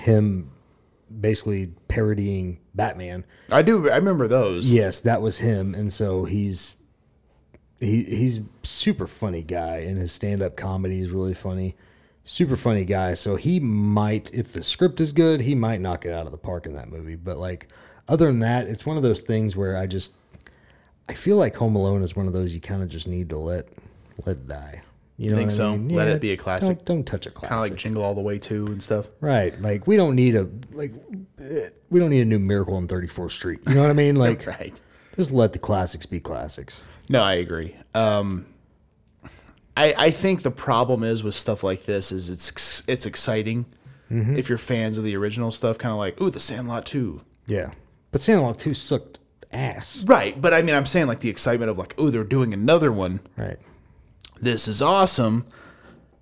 him basically parodying Batman. I do. I remember those. Yes, that was him, and so he's he he's super funny guy, and his stand up comedy is really funny. Super funny guy. So he might, if the script is good, he might knock it out of the park in that movie. But like, other than that, it's one of those things where I just I feel like Home Alone is one of those you kind of just need to let let die. You know Think what I so? mean? Let it be a classic. Don't, don't touch a classic. Kind of like Jingle All the Way too and stuff. Right. Like we don't need a like eh, we don't need a new miracle on 34th Street. You know what I mean? Like Right. just let the classics be classics. No, I agree. Um, I I think the problem is with stuff like this is it's ex- it's exciting if you're fans of the original stuff. Kind of like ooh, The Sandlot too. Yeah. But Sandlot 2 sucked ass. Right, but I mean, I'm saying like the excitement of like ooh, they're doing another one. Right. this is awesome,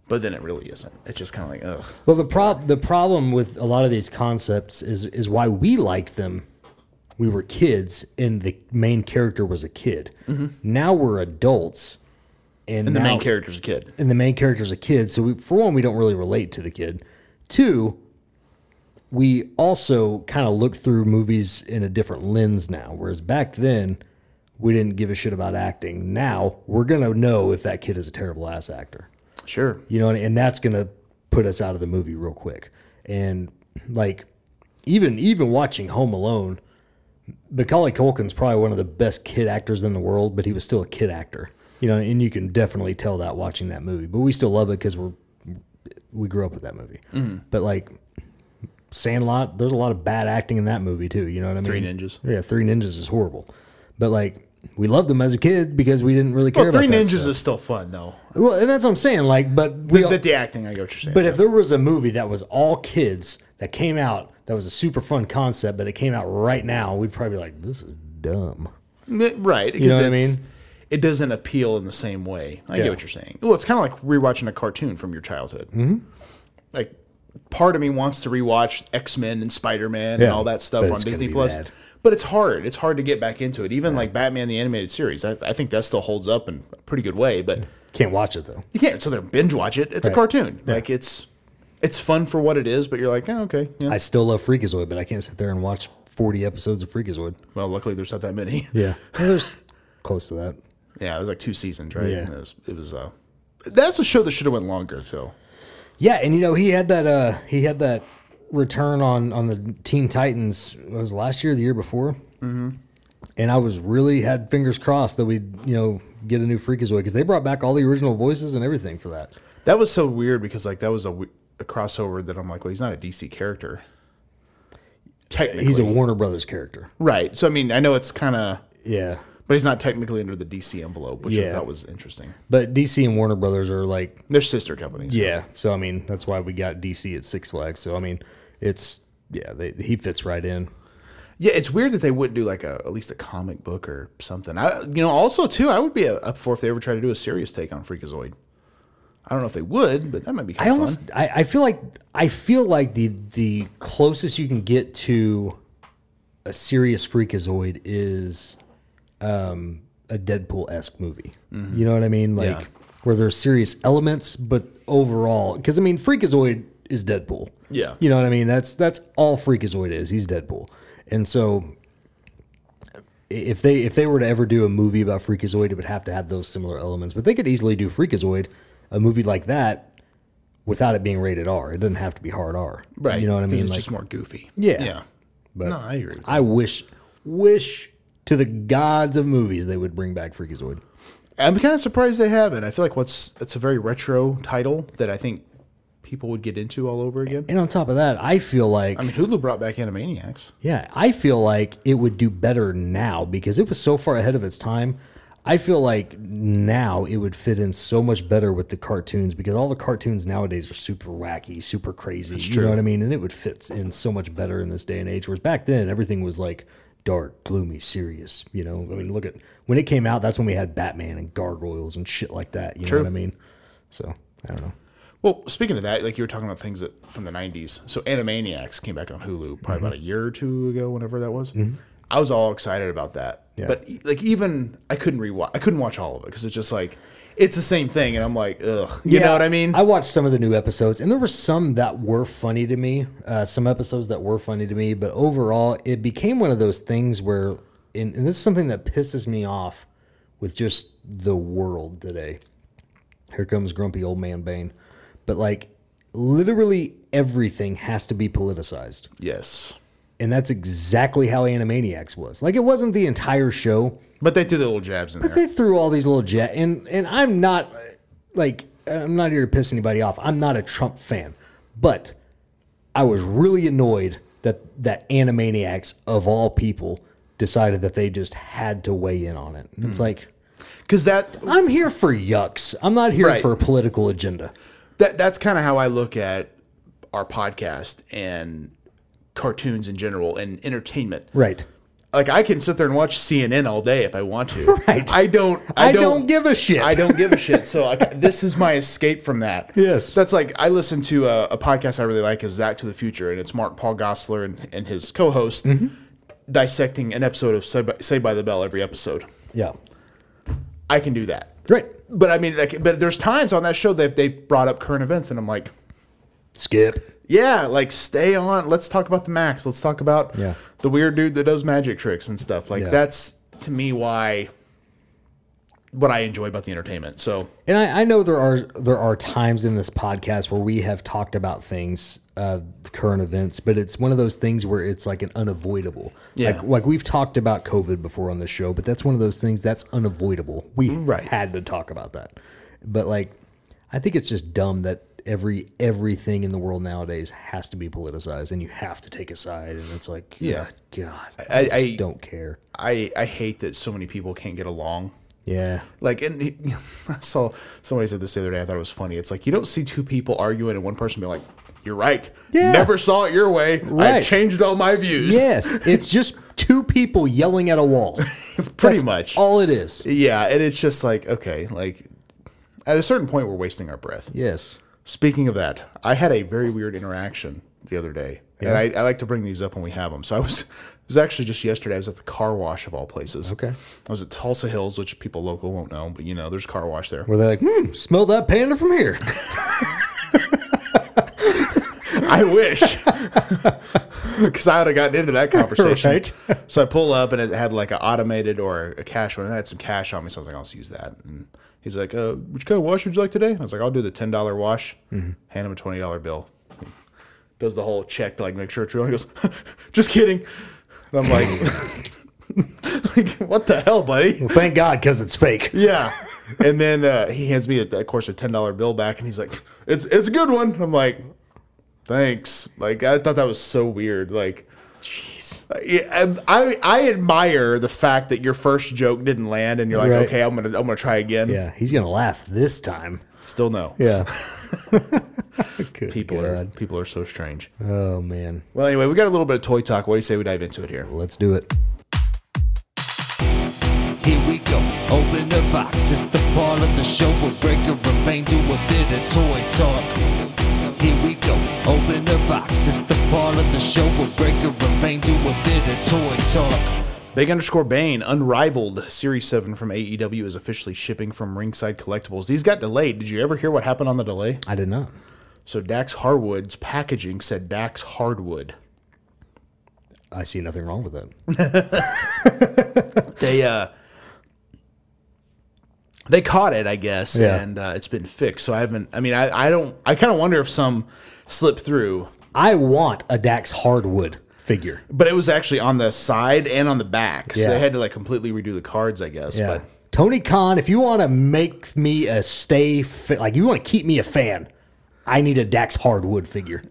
but then it really isn't. It's just kind of like, ugh. Well, the prob the problem with a lot of these concepts is is why we liked them. We were kids, and the main character was a kid. Now we're adults, Mm-hmm. and, And the main now- character's a kid. and the main character's a kid. So we, for one, we don't really relate to the kid. Two, we also kind of look through movies in a different lens now. Whereas back then, we didn't give a shit about acting. Now we're gonna know if that kid is a terrible ass actor. Sure. You know, and, and that's gonna put us out of the movie real quick. And like, even even watching Home Alone, Macaulay Culkin's probably one of the best kid actors in the world, but he was still a kid actor. You know, and you can definitely tell that watching that movie. But we still love it because we're we grew up with that movie. Mm-hmm. But like Sandlot, there's a lot of bad acting in that movie too. You know what I Three mean? Ninjas. Yeah, Three Ninjas is horrible. But like. We loved them as a kid because we didn't really care Well, about Three that Ninjas stuff. is still fun, though. Well, and that's what I'm saying. Like, but we all- But the acting, I get what you're saying. but if there was a movie that was all kids that came out that was a super fun concept, but it came out right now, we'd probably be like, "This is dumb." N- right. know what I it's- mean? It doesn't appeal in the same way. I Yeah. get what you're saying. Well, it's kind of like rewatching a cartoon from your childhood. Mm-hmm. Like, part of me wants to rewatch X Men and Spider Man Yeah, and all that stuff but on it's gonna Disney be Plus. bad. But it's hard. It's hard to get back into it. Even like Batman the animated series, I, I think that still holds up in a pretty good way. But Can't watch it though. you can't sit there and binge watch it. It's a Right. cartoon. Like it's it's fun for what it is, but you're like, oh, okay. Yeah. I still love Freakazoid, but I can't sit there and watch 40 episodes of Freakazoid. well, luckily there's not that many. Yeah, there's close to that. yeah, it was like two seasons, right? Yeah. And It was, it was uh that's a show that should have went longer, so Yeah, and you know he had that. uh He had that return on on the Teen Titans. It was last year, or the year before. Mm-hmm. And I was really had fingers crossed that we'd you know get a new Freakazoid because they brought back all the original voices and everything for that. That was so weird because like that was a, we- a crossover that I'm like, well, he's not a DC character. technically. He's a Warner Brothers character. right. So I mean, I know it's kind of, Yeah. but he's not technically under the DC envelope, which I Yeah. thought was interesting. But DC and Warner Brothers are like They're sister companies. Yeah. So I mean, that's why we got DC at Six Flags. So I mean, it's yeah, they, he fits right in. Yeah, it's weird that they wouldn't do like a at least a comic book or something. I, you know, also too, I would be uh, up for if they ever tried to do a serious take on Freakazoid. I don't know if they would, but that might be kind I of almost fun. I, I feel like I feel like the the closest you can get to a serious freakazoid is um a Deadpool esque movie. You know what I mean? Like Mm-hmm. Yeah. where there's serious elements, but overall because I mean Freakazoid is Deadpool. Yeah. You know what I mean? That's that's all Freakazoid is. He's Deadpool. And so i- if they if they were to ever do a movie about Freakazoid, it would have to have those similar elements. But they could easily do Freakazoid, a movie like that, without it being rated R. It doesn't have to be hard R. Right. You know what I 'cause mean? It's Like, just more goofy. Yeah. Yeah. but no, I agree. with I wish wish to the gods of movies they would bring back Freakazoid. I'm kind of surprised they haven't. I feel like what's it's a very retro title that I think people would get into all over again. And on top of that, I feel like I mean, Hulu brought back Animaniacs. yeah, I feel like it would do better now because it was so far ahead of its time. I feel like now it would fit in so much better with the cartoons because all the cartoons nowadays are super wacky, super crazy. You know what I mean? And it would fit in so much better in this day and age. Whereas back then, everything was like dark, gloomy, serious. You know, I mean, look at when it came out. That's when we had Batman and gargoyles and shit like that. You know what I mean? So I don't know. Well, speaking of that, like you were talking about things that from the '90s. So Animaniacs came back on Hulu probably Mm-hmm. about a year or two ago, whenever that was. I was all excited about that, Yeah. but e- like even I couldn't rewatch. I couldn't watch all of it because it's just like it's the same thing, and I'm like, ugh. You know what I mean? I watched some of the new episodes, and there were some that were funny to me. Uh, some episodes that were funny to me, but overall, it became one of those things where, and, and this is something that pisses me off with just the world today. Here comes grumpy old man Bane, but like literally everything has to be politicized yes, and that's exactly how animaniacs was like it wasn't the entire show but they threw the little jabs in there. they threw all these little jet and and I'm not like I'm not here to piss anybody off. I'm not a Trump fan, but I was really annoyed that that Animaniacs of all people decided that they just had to weigh in on it. And It's like Because that I'm here for yucks. I'm not here Right. for a political agenda. that that's kind of how I look at our podcast and cartoons in general and entertainment. Right. Like I can sit there and watch CNN all day if I want to. Right. I don't. I don't give a shit. I don't give a shit. So like, this is my escape from that. Yes. that's like I listen to a, a podcast I really like is Zach to the Future, and it's Mark Paul Gossler and, and his co-host Mm-hmm. dissecting an episode of Say by, Say by the Bell every episode. Yeah. I can do that, Right. but I mean, like, but there's times on that show that they brought up current events, and I'm like, Skip. yeah, like stay on. Let's talk about the Max. Let's talk about Yeah. the weird dude that does magic tricks and stuff. Like Yeah. that's to me why what I enjoy about the entertainment. So And I, I know there are there are times in this podcast where we have talked about things, uh, current events, but it's one of those things where it's like an unavoidable. Yeah. Like, like we've talked about COVID before on the show, but that's one of those things that's unavoidable. We Right. had to talk about that. But like, I think it's just dumb that every everything in the world nowadays has to be politicized, and you have to take a side, and it's like, Yeah. God, I, I, I just don't care. I I hate that so many people can't get along. Yeah. Like and I saw somebody said this the other day. I thought it was funny. It's like you don't see two people arguing and one person being like, "You're right. Yeah. Never saw it your way. Right. I've changed all my views." Yes, it's just two people yelling at a wall. Pretty That's much. all it is. Yeah, and it's just like okay, like at a certain point we're wasting our breath. Yes. Speaking of that, I had a very weird interaction the other day, and I, I like to bring these up when we have them. So I was, it was actually just yesterday. I was at the car wash of all places. Okay. I was at Tulsa Hills, which people local won't know, but you know, there's a car wash there. Where they're like, hmm, smell that panda from here. I wish, because I would have gotten into that conversation. Right. so I pull up, and it had like an automated or a cash one. And I had some cash on me, so I was like, I'll just use that. And he's like, uh, "Which kind of wash would you like today?" And I was like, "I'll do the ten dollar wash." Hand him a twenty dollar bill. Does the whole check to like make sure it's real. And he goes, "Just kidding." And I'm like, like, "What the hell, buddy?" Thank God, because it's fake. Yeah. And then uh, he hands me, of course, a ten dollar bill back, and he's like, "It's it's a good one." And I'm like, "Thanks." Like I thought that was so weird. Like Yeah, I, I admire the fact that your first joke didn't land, and you're like, Right. okay, I'm gonna I'm gonna try again. Yeah, he's gonna laugh this time. Still no. Yeah. People are people are so strange. Oh man, Well, anyway, we got a little bit of toy talk. What do you say we dive into it here? let's do it. Here we go, open the box. It's the part of the show where Breaker and Bane do a bit of toy talk. Here we go, open the box. It's the part of the show where Breaker and Bane do a bit of toy talk. Big underscore Bane, unrivaled Series 7 from AEW is officially shipping from Ringside Collectibles. These got delayed. Did you ever hear what happened on the delay? I did not. So Dax Harwood's packaging said Dax Hardwood. I see nothing wrong with that. They uh they caught it, I guess, Yeah. and uh, it's been fixed. So I haven't I mean I, I don't I kind of wonder if some slipped through. I want a Dax hardwood figure. But it was actually on the side and on the back. So Yeah. they had to like completely redo the cards, I guess. Yeah. But Tony Khan, if you want to make me a stay, fa- like you want to keep me a fan, I need a Dax hardwood figure.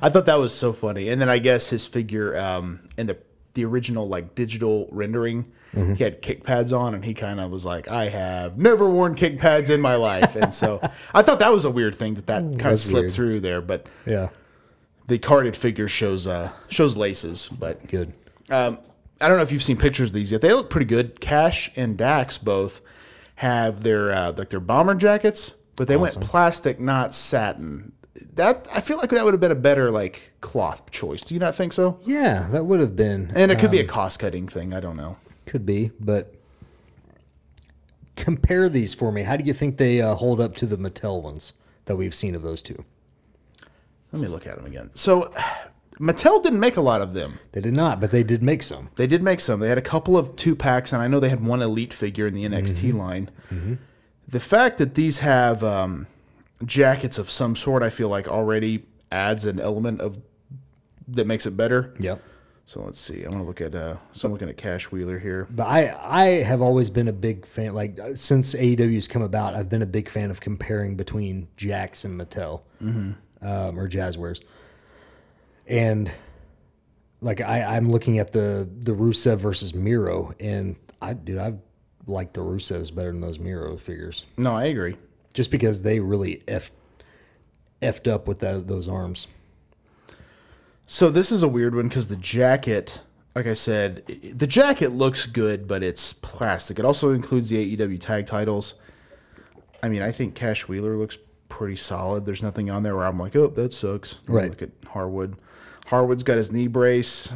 I thought that was so funny. And then I guess his figure um, in the the original like digital rendering, Mm-hmm. he had kick pads on, and he kind of was like, "I have never worn kick pads in my life," and so I thought that was a weird thing that that kind of Mm, that's slipped weird. through there. But yeah, the carded figure shows uh, shows laces, but good. I don't know if you've seen pictures of these yet. They look pretty good. Cash and Dax both have their uh, like their bomber jackets, but they went plastic, not satin. That I feel like that would have been a better like cloth choice. Do you not think so? Yeah, that would have been And it could be a cost cutting thing. I don't know. could be, but compare these for me. How do you think they uh, hold up to the Mattel ones that we've seen of those two? Let me look at them again. So Mattel didn't make a lot of them. They did not, but they did make some. They did make some. They had a couple of two packs, and I know they had one elite figure in the NXT line. The fact that these have um, jackets of some sort, I feel like already adds an element of that makes it better. Yep. So let's see. I'm gonna look at. Uh, so I'm looking at Cash Wheeler here. But I I have always been a big fan. Like uh, since AEW's come about, I've been a big fan of comparing between Jax and Mattel, um, or Jazzwares. And like I I'm looking at the the Rusev versus Miro, and I dude I like the Rusevs better than those Miro figures, No, I agree. just because they really effed effed up with that, those arms. So this is a weird one because the jacket, like I said, i- the jacket looks good, but it's plastic. It also includes the AEW tag titles. I mean, I think Cash Wheeler looks pretty solid. There's nothing on there where I'm like, oh, that sucks. And Right. Look at Harwood. Harwood's got his knee brace.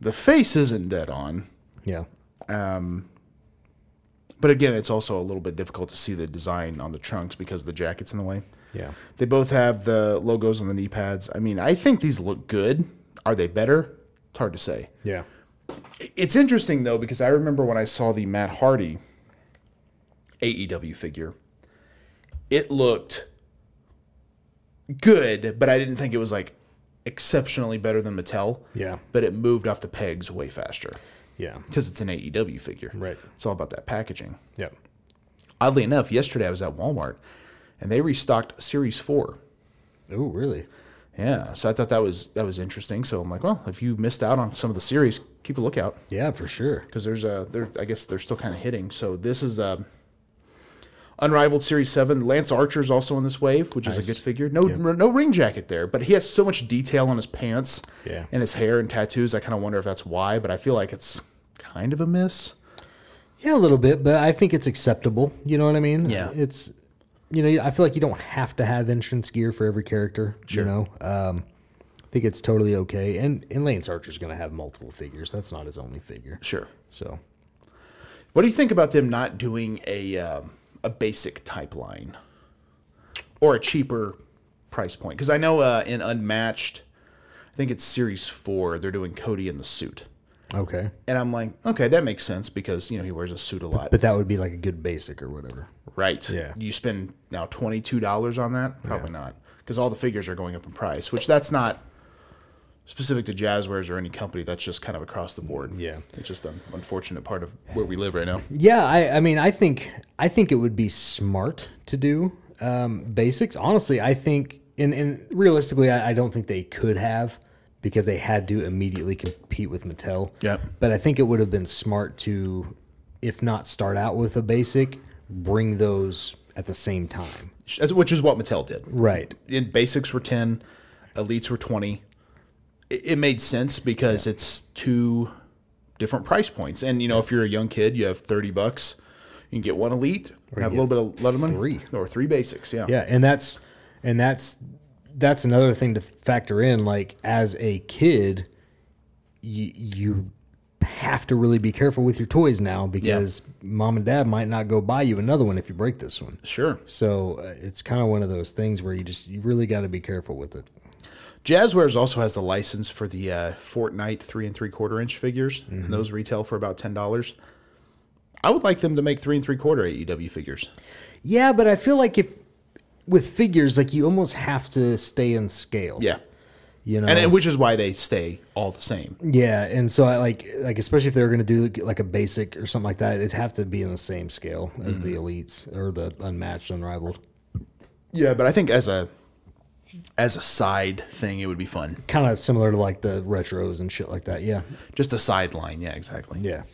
The face isn't dead on, Yeah. but again, it's also a little bit difficult to see the design on the trunks because the jacket's in the way. Yeah. They both have the logos on the knee pads. I mean, I think these look good. Are they better? It's hard to say. Yeah. It's interesting though because I remember when I saw the Matt Hardy AEW figure, it looked good, but I didn't think it was like exceptionally better than Mattel. Yeah. But it moved off the pegs way faster Yeah. because it's an AEW figure. Right. It's all about that packaging. Yeah. Oddly enough, yesterday I was at Walmart and they restocked Series 4. Oh really? Yeah, so I thought that was that was interesting. So I'm like, well, if you missed out on some of the series, keep a lookout Yeah, for sure. because there's a there. I guess they're still kind of hitting. So this is a unrivaled series seven. Lance Archer's also in this wave, which is a good figure. No no ring jacket there, but he has so much detail on his pants Yeah. and his hair and tattoos. I kind of wonder if that's why, but I feel like it's kind of a miss. Yeah, a little bit, but I think it's acceptable. You know what I mean? Yeah. It's, you know, I feel like you don't have to have entrance gear for every character. You know, um, I think it's totally okay. And and Lance Archer's going to have multiple figures. That's not his only figure. Sure. So What do you think about them not doing a um, a basic type line or a cheaper price point? Because I know uh, in Unmatched, I think it's Series Four, they're doing Cody in the suit, okay, and I'm like, okay, that makes sense because you know he wears a suit a lot, but that would be like a good basic or whatever. right? Yeah. You spend now twenty two dollars on that, probably not, because all the figures are going up in price, which that's not specific to Jazzwares or any company. That's just kind of across the board. Yeah. it's just an unfortunate part of where we live right now. Yeah, I, I mean, I think I think it would be smart to do um, basics. Honestly, I think and and realistically, I, I don't think they could have because they had to immediately compete with Mattel. Yep. But I think it would have been smart to, if not start out with a basic, bring those at the same time. which is what Mattel did. Right. in basics were 10 elites were 20 it, it made sense because it's two different price points and you know if you're a young kid you have 30 bucks you can get one elite have a little bit of letterman three. or three basics yeah Yeah, and that's and that's that's another thing to factor in. Like as a kid, you you have to really be careful with your toys now because mom and dad might not go buy you another one if you break this one. sure So uh, it's kind of one of those things where you just you really got to be careful with it. jazzwares also has the license for the uh, fortnite three and three quarter inch figures and those retail for about ten dollars i would like them to make three and three quarter aew figures Yeah, but I feel like if with figures, like you almost have to stay in scale. yeah you know, and, and which is why they stay all the same Yeah, and so I like like especially if they were going to do like- like a basic or something like that, it'd have to be in the same scale as the elites or the unmatched, unrivaled. Yeah, but I think as a as a side thing, it would be fun. Kind of similar to like the retros and shit like that. Yeah, Just a sideline. Yeah, exactly. yeah.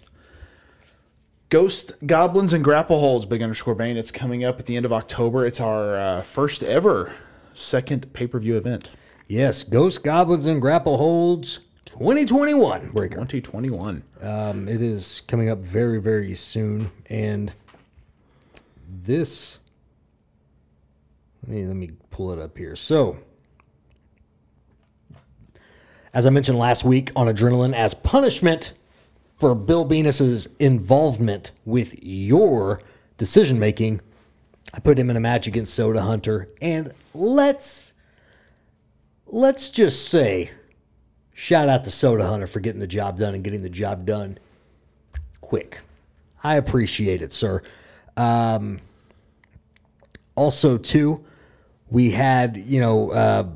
Ghost Goblins and Grapple Holds, Big Underscore Bane. It's coming up at the end of October. It's our uh, first ever second pay per view event, Yes, Ghost Goblins and Grapple Holds 2021 breaker. 2021. Um, it is coming up very very soon, and this. Let me, let me pull it up here. So As I mentioned last week on Adrenaline, as punishment for Bill Venus's involvement with your decision making, I put him in a match against Soda Hunter, and let's let's just say, shout out to Soda Hunter for getting the job done and getting the job done quick. I appreciate it, sir. Um, also, too, we had you know. Uh,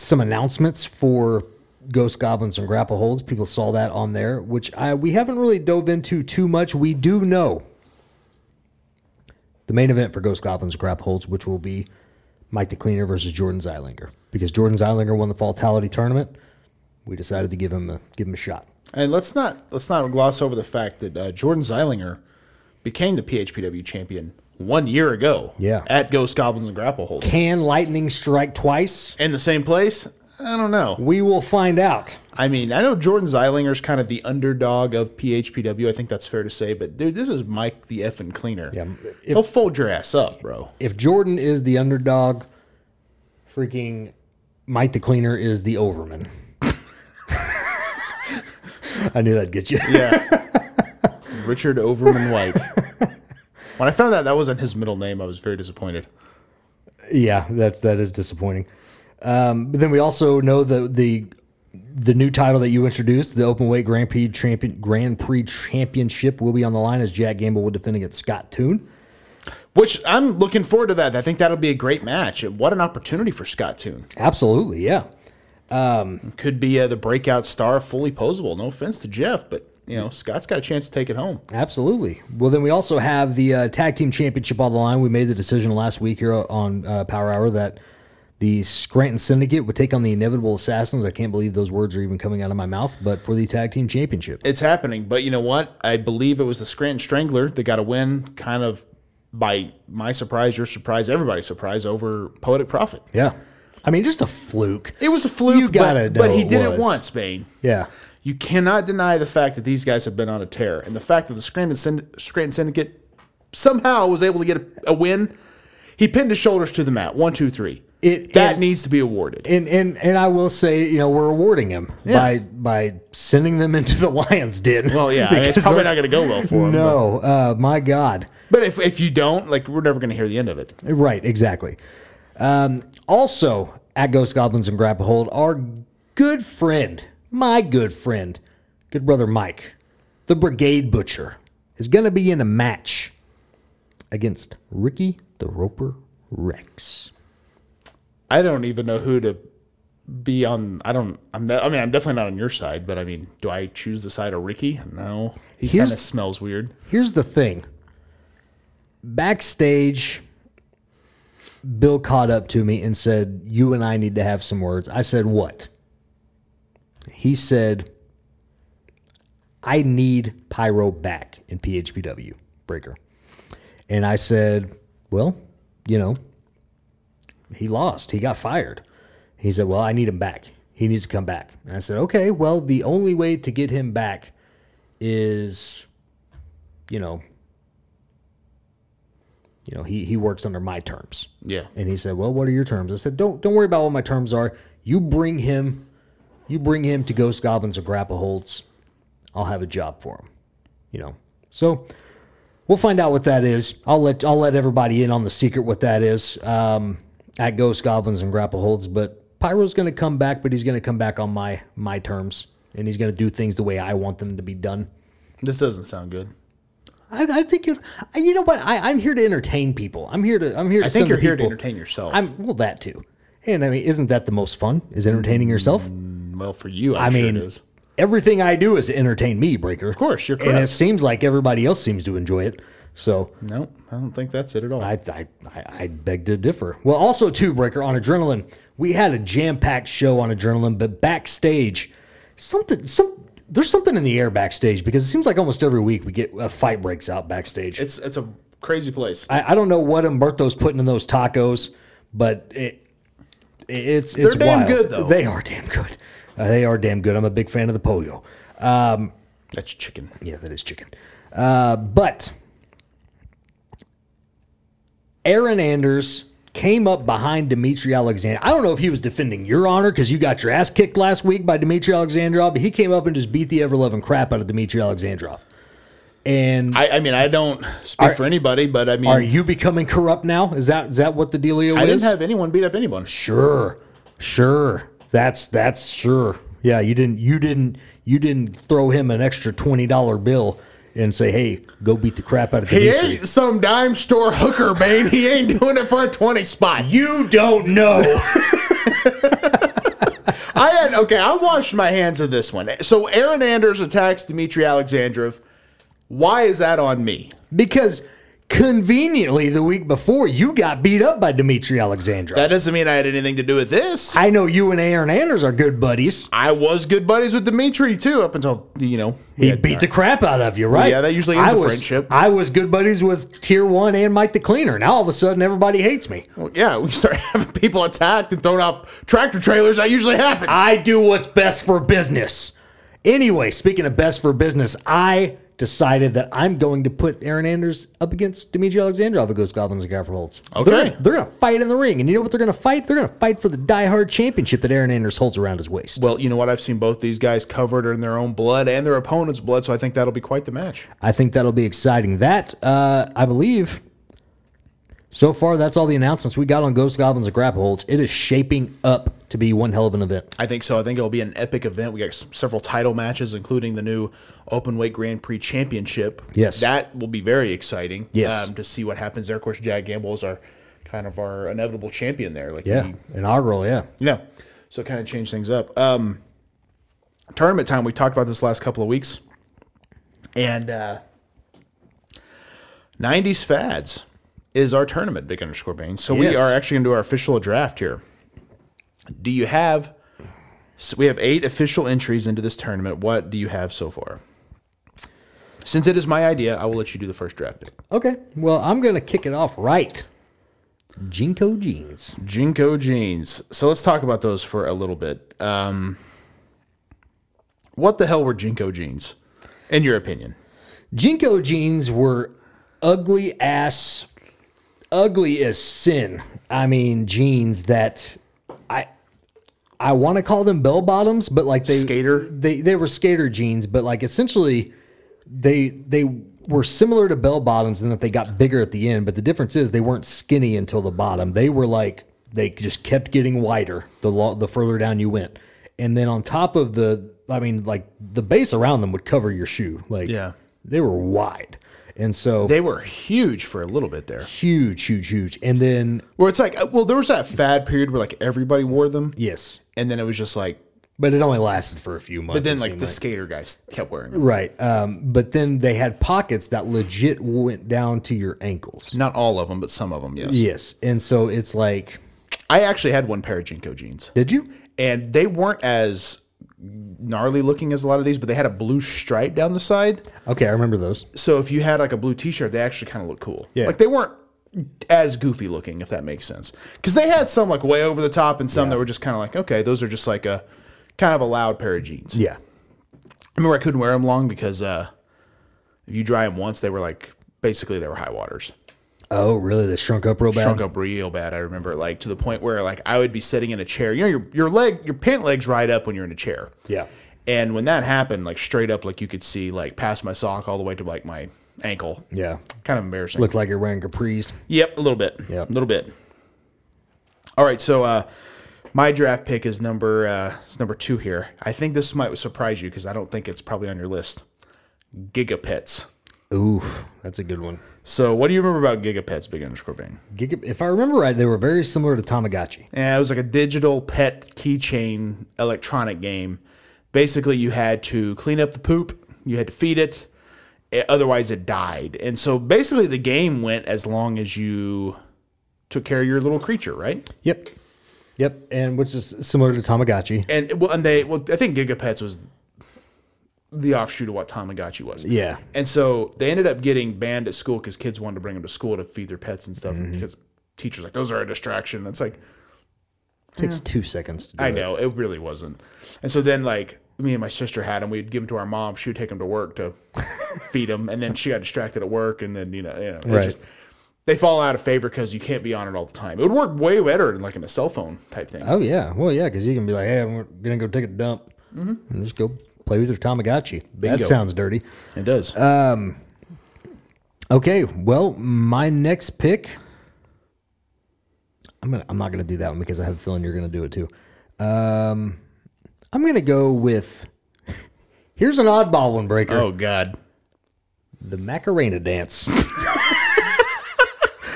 some announcements for Ghost Goblins and Grapple Holds. People saw that on there, which I we haven't really dove into too much. We do know the main event for Ghost Goblins and Grapple Holds, which will be Mike the Cleaner versus Jordan Zeilinger, because Jordan Zeilinger won the Fatality Tournament. We decided to give him a give him a shot. And let's not let's not gloss over the fact that uh, Jordan Zeilinger became the PHPW champion one year ago. Yeah. at Ghost Goblins and Grapple Holds Can lightning strike twice? in the same place. I don't know. We will find out. I mean, I know Jordan Zeilinger's kind of the underdog of PHPW. I think that's fair to say, but dude, this is Mike the effing cleaner. Yeah, if- He'll fold your ass up, bro. If Jordan is the underdog, freaking Mike the Cleaner is the overman. I knew that'd get you. Richard Overman White. when I found out that wasn't his middle name, I was very disappointed. Yeah, that's that is disappointing. Um, but then we also know the the the new title that you introduced, the open weight Grand Prix champion Grand Prix championship, will be on the line as Jack Gamble will defend against Scott Toon. Which I'm looking forward to that. I think that'll be a great match. And What an opportunity for Scott Toon. Absolutely, yeah. Could be uh, the breakout star, fully posable. No offense to Jeff, but you know Scott's got a chance to take it home. Absolutely. Well, then we also have the uh, tag team championship on the line. We made the decision last week here on uh, Power Hour that the Scranton Syndicate would take on the Inevitable Assassins. I can't believe those words are even coming out of my mouth, but for the tag team championship. It's happening, but you know what? I believe it was the Scranton Strangler that got a win, kind of by my surprise, your surprise, everybody's surprise over Poetic Prophet. Yeah. I mean, just a fluke. It was a fluke, You gotta but, know but he it did it was. once, Bane. Yeah. You cannot deny the fact that these guys have been on a tear, and the fact that the Scranton, Synd- Scranton Syndicate somehow was able to get a, a win. He pinned his shoulders to the mat. One, two, three. It- that it- needs to be awarded. And and and I will say, you know, we're rewarding him by by sending them into the Lions Den. well, yeah, I mean, it's Because probably they're- not going to go well for him. No, uh, my God. But, but if, if you don't, like, we're never going to hear the end of it. Right, exactly. Um, also, at Ghost Goblins and Grab a Hold, our good friend, my good friend, good brother Mike, the Brigade Butcher, is going to be in a match against Ricky the Roper Rex. I don't even know who to be on. I don't. I'm. Not, I mean, I'm definitely not on your side. But I mean, do I choose the side of Ricky? No. He kind Here's- of smells weird. Here's the thing backstage, Bill caught up to me and said, You and I need to have some words. I said, What? He said, I need Pyro back in PHPW Breaker. And I said, Well, you know, he lost. He got fired. He said, Well, I need him back. He needs to come back. And I said, Okay, well, the only way to get him back is, you know, you know, he, he works under my terms. Yeah. And he said, "Well, what are your terms?" I said, "Don't don't worry about what my terms are. You bring him, you bring him to Ghost Goblins or Grappaholtz. I'll have a job for him. You know." So we'll find out what that is. I'll let I'll let everybody in on the secret what that is um, at Ghost Goblins and Grappaholtz. But Pyro's going to come back, but he's going to come back on my my terms, and he's going to do things the way I want them to be done. This doesn't sound good. I, I think you. You know what? I, I'm here to entertain people. I'm here to. I'm here. To I think send the you're here to people- entertain yourself. I'm well that too. And I mean, isn't that the most fun? Is entertaining yourself? well, for you, I'm I Mm, sure mean, it is. everything I do is entertain me, Breaker. Of course, you're And it correct. seems like everybody else seems to enjoy it. So No, I don't think that's it at all. I, I, I, I beg to differ. Well, also too, Breaker on Adrenaline, we had a jam-packed show on Adrenaline, but backstage, something, some, there's something in the air backstage because it seems like almost every week we get a fight breaks out backstage. it's it's a crazy place. I, I don't know what Umberto's putting in those tacos, but it, it's it's They're damn wild. good, though. They are damn good. Uh, they are damn good. I'm a big fan of the pollo. That's chicken. Yeah, that is chicken. Uh, but Aaron Anders came up behind Dimitri Alexander. I don't know if he was defending your honor because you got your ass kicked last week by Dimitri Alexandrov, but he came up and just beat the ever loving crap out of Dimitri Alexandrov. And I, I mean, I don't speak for anybody, but I mean, are you becoming corrupt now? Is that is that what the dealio I is? didn't have anyone beat up anyone. Sure, sure. That's that's sure. Yeah, you didn't you didn't you didn't throw him an extra twenty dollar bill and say, "Hey, go beat the crap out of He Dimitri." ain't some dime store hooker, Bane. He ain't doing it for a 20 spot. You don't know. I had okay. I washed my hands of this one. So Aaron Anders attacks Dmitry Alexandrov. Why is that on me? because conveniently the week before you got beat up by Dimitri Alexandra. That doesn't mean I had anything to do with this. I know you and Aaron Anders are good buddies. I was good buddies with Dimitri too, up until you know we He had- beat the crap out of you, right? Yeah, that usually ends I a was- friendship. I was good buddies with Tier One and Mike the Cleaner. Now all of a sudden everybody hates me. Well, yeah, we started having people attacked and thrown off tractor trailers. That usually happens. I do what's best for business. Anyway, speaking of best for business, I decided that I'm going to put Aaron Anders up against Dimitri Alexandrov at Ghost Goblins and Grapperholds. Okay. They're, they're going to fight in the ring. And you know what they're going to fight? They're going to fight for the diehard championship that Aaron Anders holds around his waist. well, you know what? I've seen both these guys covered in their own blood and their opponent's blood, so I think that'll be quite the match. I think that'll be exciting. That, uh, I believe, so far, that's all the announcements we got on Ghost Goblins and Grapperholds. It is shaping up to be one hell of an event. I think so. I think it'll be an epic event. We got s- several title matches, including the new open weight Grand Prix Championship. Yes. that will be very exciting. um, Yes. to see what happens there. Of course, Jack Gamble is our kind of our inevitable champion there. Like, Yeah. he- Inaugural, yeah. yeah. So kind of change things up. Um, tournament time. We talked about this last couple of weeks, and uh, '90s fads is our tournament. Big underscore Bane. So Yes. we are actually going to do our official draft here. Do you have? So we have eight official entries into this tournament. What do you have so far? Since it is my idea, I will let you do the first draft pick. Okay. Well, I'm going to kick it off right. Jinko jeans. Jinko jeans. So let's talk about those for a little bit. Um, what the hell were Jinko jeans, in your opinion? Jinko jeans were ugly ass, ugly as sin. I mean, jeans that I. I want to call them bell bottoms, but like they Skater? they they were skater jeans, but like essentially they they were similar to bell bottoms in that they got bigger at the end, but the difference is they weren't skinny until the bottom. They were like they just kept getting wider the lo- the further down you went, and then on top of the I mean like the base around them would cover your shoe. Like Yeah. they were wide, and so They were huge for a little bit there. huge, huge, huge, and then uh, Where it's like, well, there was that fad period where like everybody wore them, yes, and then it was just like but it only lasted for a few months. But then, it like, seemed the skater guys kept wearing them. right. Um, but then they had pockets that legit went down to your ankles. Not all of them, but some of them, yes. Yes, and so it's like, I actually had one pair of Jinko jeans, did you? and they weren't as gnarly looking as a lot of these, but they had a blue stripe down the side. Okay, I remember those. So if you had like a blue T-shirt, they actually kind of looked cool. Yeah. like they weren't as goofy looking, if that makes sense. Because they had some like way over the top, and some that were just kind of like, okay, those are just like a kind of a loud pair of jeans. Yeah, I remember I couldn't wear them long because uh, if you dry them once, they were like basically they were high waters. Oh, really? They shrunk up real bad. Shrunk up real bad. I remember like to the point where like I would be sitting in a chair. You know your your leg your pant legs ride up when you're in a chair. Yeah. And when that happened, like straight up, like you could see like past my sock all the way to like my ankle. Yeah. Kind of embarrassing. Looked like you're wearing capris. Yep, a little bit. Yeah. a little bit. All right, so uh, my draft pick is number uh, is number two here. I think this might surprise you because I don't think it's probably on your list. Gigapets. Oof, that's a good one. So, what do you remember about Gigapets, Big Underscore Bang? Giga, if I remember right, they were very similar to Tamagotchi. Yeah, it was like a digital pet keychain electronic game. Basically, you had to clean up the poop, you had to feed it, eh, otherwise it died. And so, basically, the game went as long as you took care of your little creature, right? Yep. Yep, and which is similar to Tamagotchi. and well, and they well, I think Gigapets was the offshoot of what Tamagotchi was. Yeah. And so they ended up getting banned at school because kids wanted to bring them to school to feed their pets and stuff. Mm-hmm. Because teachers were like those are a distraction. It's like takes two seconds to do I it. know it really wasn't. And so then like me and my sister had them. We'd give them to our mom. She would take them to work to feed them, and then she got distracted at work. And then you know, you know, it's Right. just they fall out of favor because you can't be on it all the time. It would work way better than like in a cell phone type thing. Oh, yeah. Well, yeah, because you can be like, hey, I'm going to go take a dump Mm-hmm. and just go play with your Tamagotchi. Bingo. That sounds dirty. It does. Uh, Okay, well, my next pick. I'm gonna. I'm not gonna do that one because I have a feeling you're gonna do it too. Um, I'm gonna go with. Here's an oddball one breaker. oh God. The Macarena dance.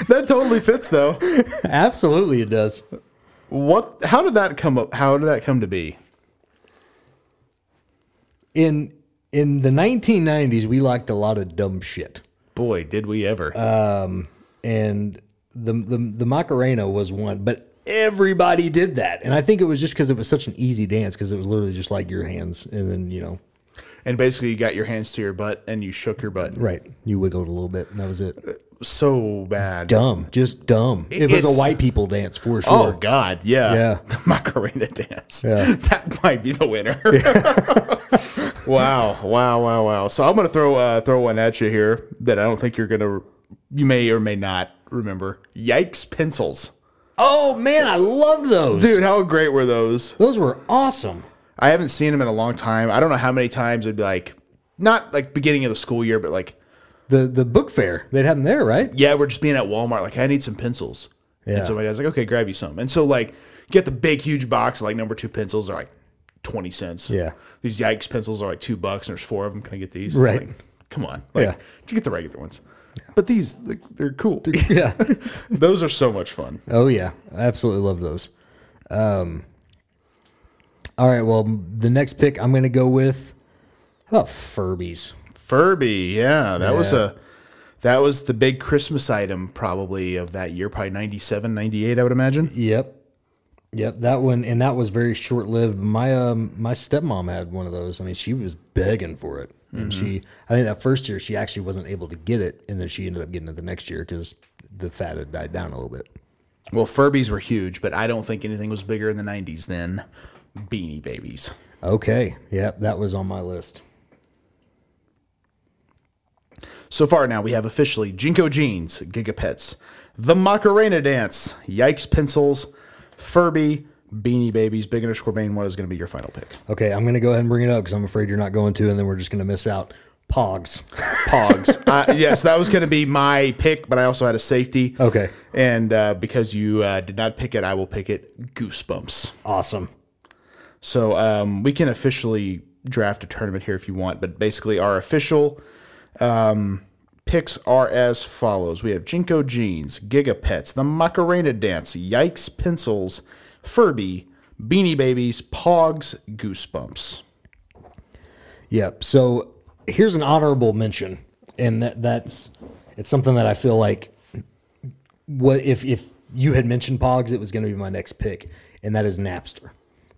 That totally fits though. Absolutely, it does. What? How did that come up? How did that come to be? In in the 1990s, we liked a lot of dumb shit, Boy, did we ever! Uh, and the the the Macarena was one, but everybody did that, and I think it was just because it was such an easy dance because it was literally just like your hands, and then you know, and basically, you got your hands to your butt and you shook your butt right, you wiggled a little bit, and that was it. so bad. dumb, just dumb. It was It's- a white people dance for Oh sure. God, yeah, Yeah. the Macarena dance. Yeah. That might be the winner. wow, wow, wow, wow. So I'm gonna throw uh, throw one at you here that I don't think you're gonna, you may or may not remember. Yikes, pencils, Oh, man, I love those. dude. How great were those? Those were awesome. I haven't seen them in a long time. I don't know how many times it'd be like, not like beginning of the school year, but like The the book fair they'd have them there, right? yeah, we're just being at Walmart. Like, I need some pencils. Yeah. And somebody was like, okay, grab you some. And so, like, you get the big, huge box, like, number two pencils are like 20 cents. Yeah. These Yikes pencils are like two bucks, and there's four of them. Can I get these? Right. Like, come on. Like, Yeah. you get the regular ones. But these, like, they're cool. Yeah. Those are so much fun. oh yeah, I absolutely love those. Um. All right, well, the next pick I'm going to go with how about Furbies. Furby, yeah. That was Yeah. a. That was the big Christmas item probably of that year, probably 97, 98, I would imagine. Yep. Yep, that one and that was very short lived. My um my stepmom had one of those. I mean, she was begging for it. And she I think that first year she actually wasn't able to get it and then she ended up getting it the next year cuz the fat had died down a little bit. Well, Furbies were huge, but I don't think anything was bigger in the 90s than Beanie Babies. Okay. Yep, that was on my list. So far now, we have officially Jinko Jeans, Gigapets, The Macarena Dance, Yikes Pencils, Furby, Beanie Babies, Big Underscore Bane. What is going to be your final pick? Okay, I'm going to go ahead and bring it up cuz I'm afraid you're not going to and then we're just going to miss out Pogs. Pogs. uh, yes, that was going to be my pick, but I also had a safety. Okay. And uh, because you uh, did not pick it, I will pick it Goosebumps. Awesome. So um, we can officially draft a tournament here if you want, but basically our official um, picks are as follows: we have Jinko Jeans, Gigapets, the Macarena Dance, Yikes Pencils, Furby, Beanie Babies, Pogs, Goosebumps. Yep. So here's an honorable mention, and that that's it's something that I feel like what if if you had mentioned Pogs, it was going to be my next pick, and that is Napster.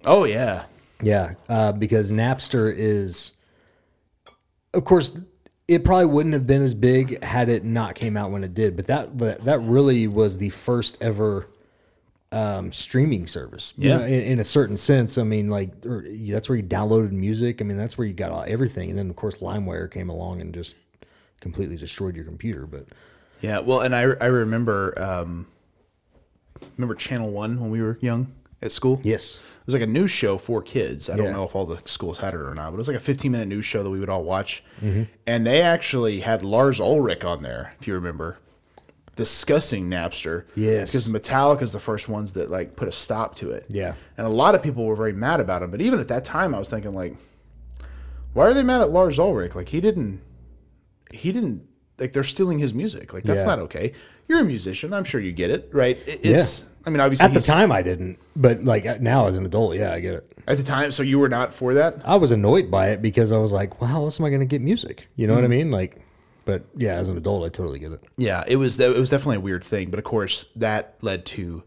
Oh yeah, Yeah, uh, because Napster is, of course, it probably wouldn't have been as big had it not came out when it did. But that but that really was the first ever um, streaming service. You Yeah. know, in, in a certain sense, I mean, like or, that's where you downloaded music. I mean, that's where you got all, everything. And then of course, LimeWire came along and just completely destroyed your computer. But yeah. Well, and I I remember um, remember Channel One when we were young at school. yes, It was like a news show for kids. I don't Yeah. know if all the schools had it or not, but it was like a 15 minute news show that we would all watch. Mm-hmm. And they actually had Lars Ulrich on there, if you remember, discussing Napster. Yes. Because Metallica's the first ones that like put a stop to it. Yeah. And a lot of people were very mad about him. But even at that time, I was thinking like, why are they mad at Lars Ulrich? Like he didn't, he didn't. Like they're stealing his music. Like that's Yeah. not okay. You're a musician. I'm sure you get it, right? It- It's. I mean, obviously, at the he's- time I didn't, but like uh, now as an adult, yeah, I get it. At the time, so you were not for that. I was annoyed by it because I was like, well, how else am I going to get music? You know what I mean? Like, but yeah, as an adult, I totally get it. Yeah, it was it was definitely a weird thing, but of course that led to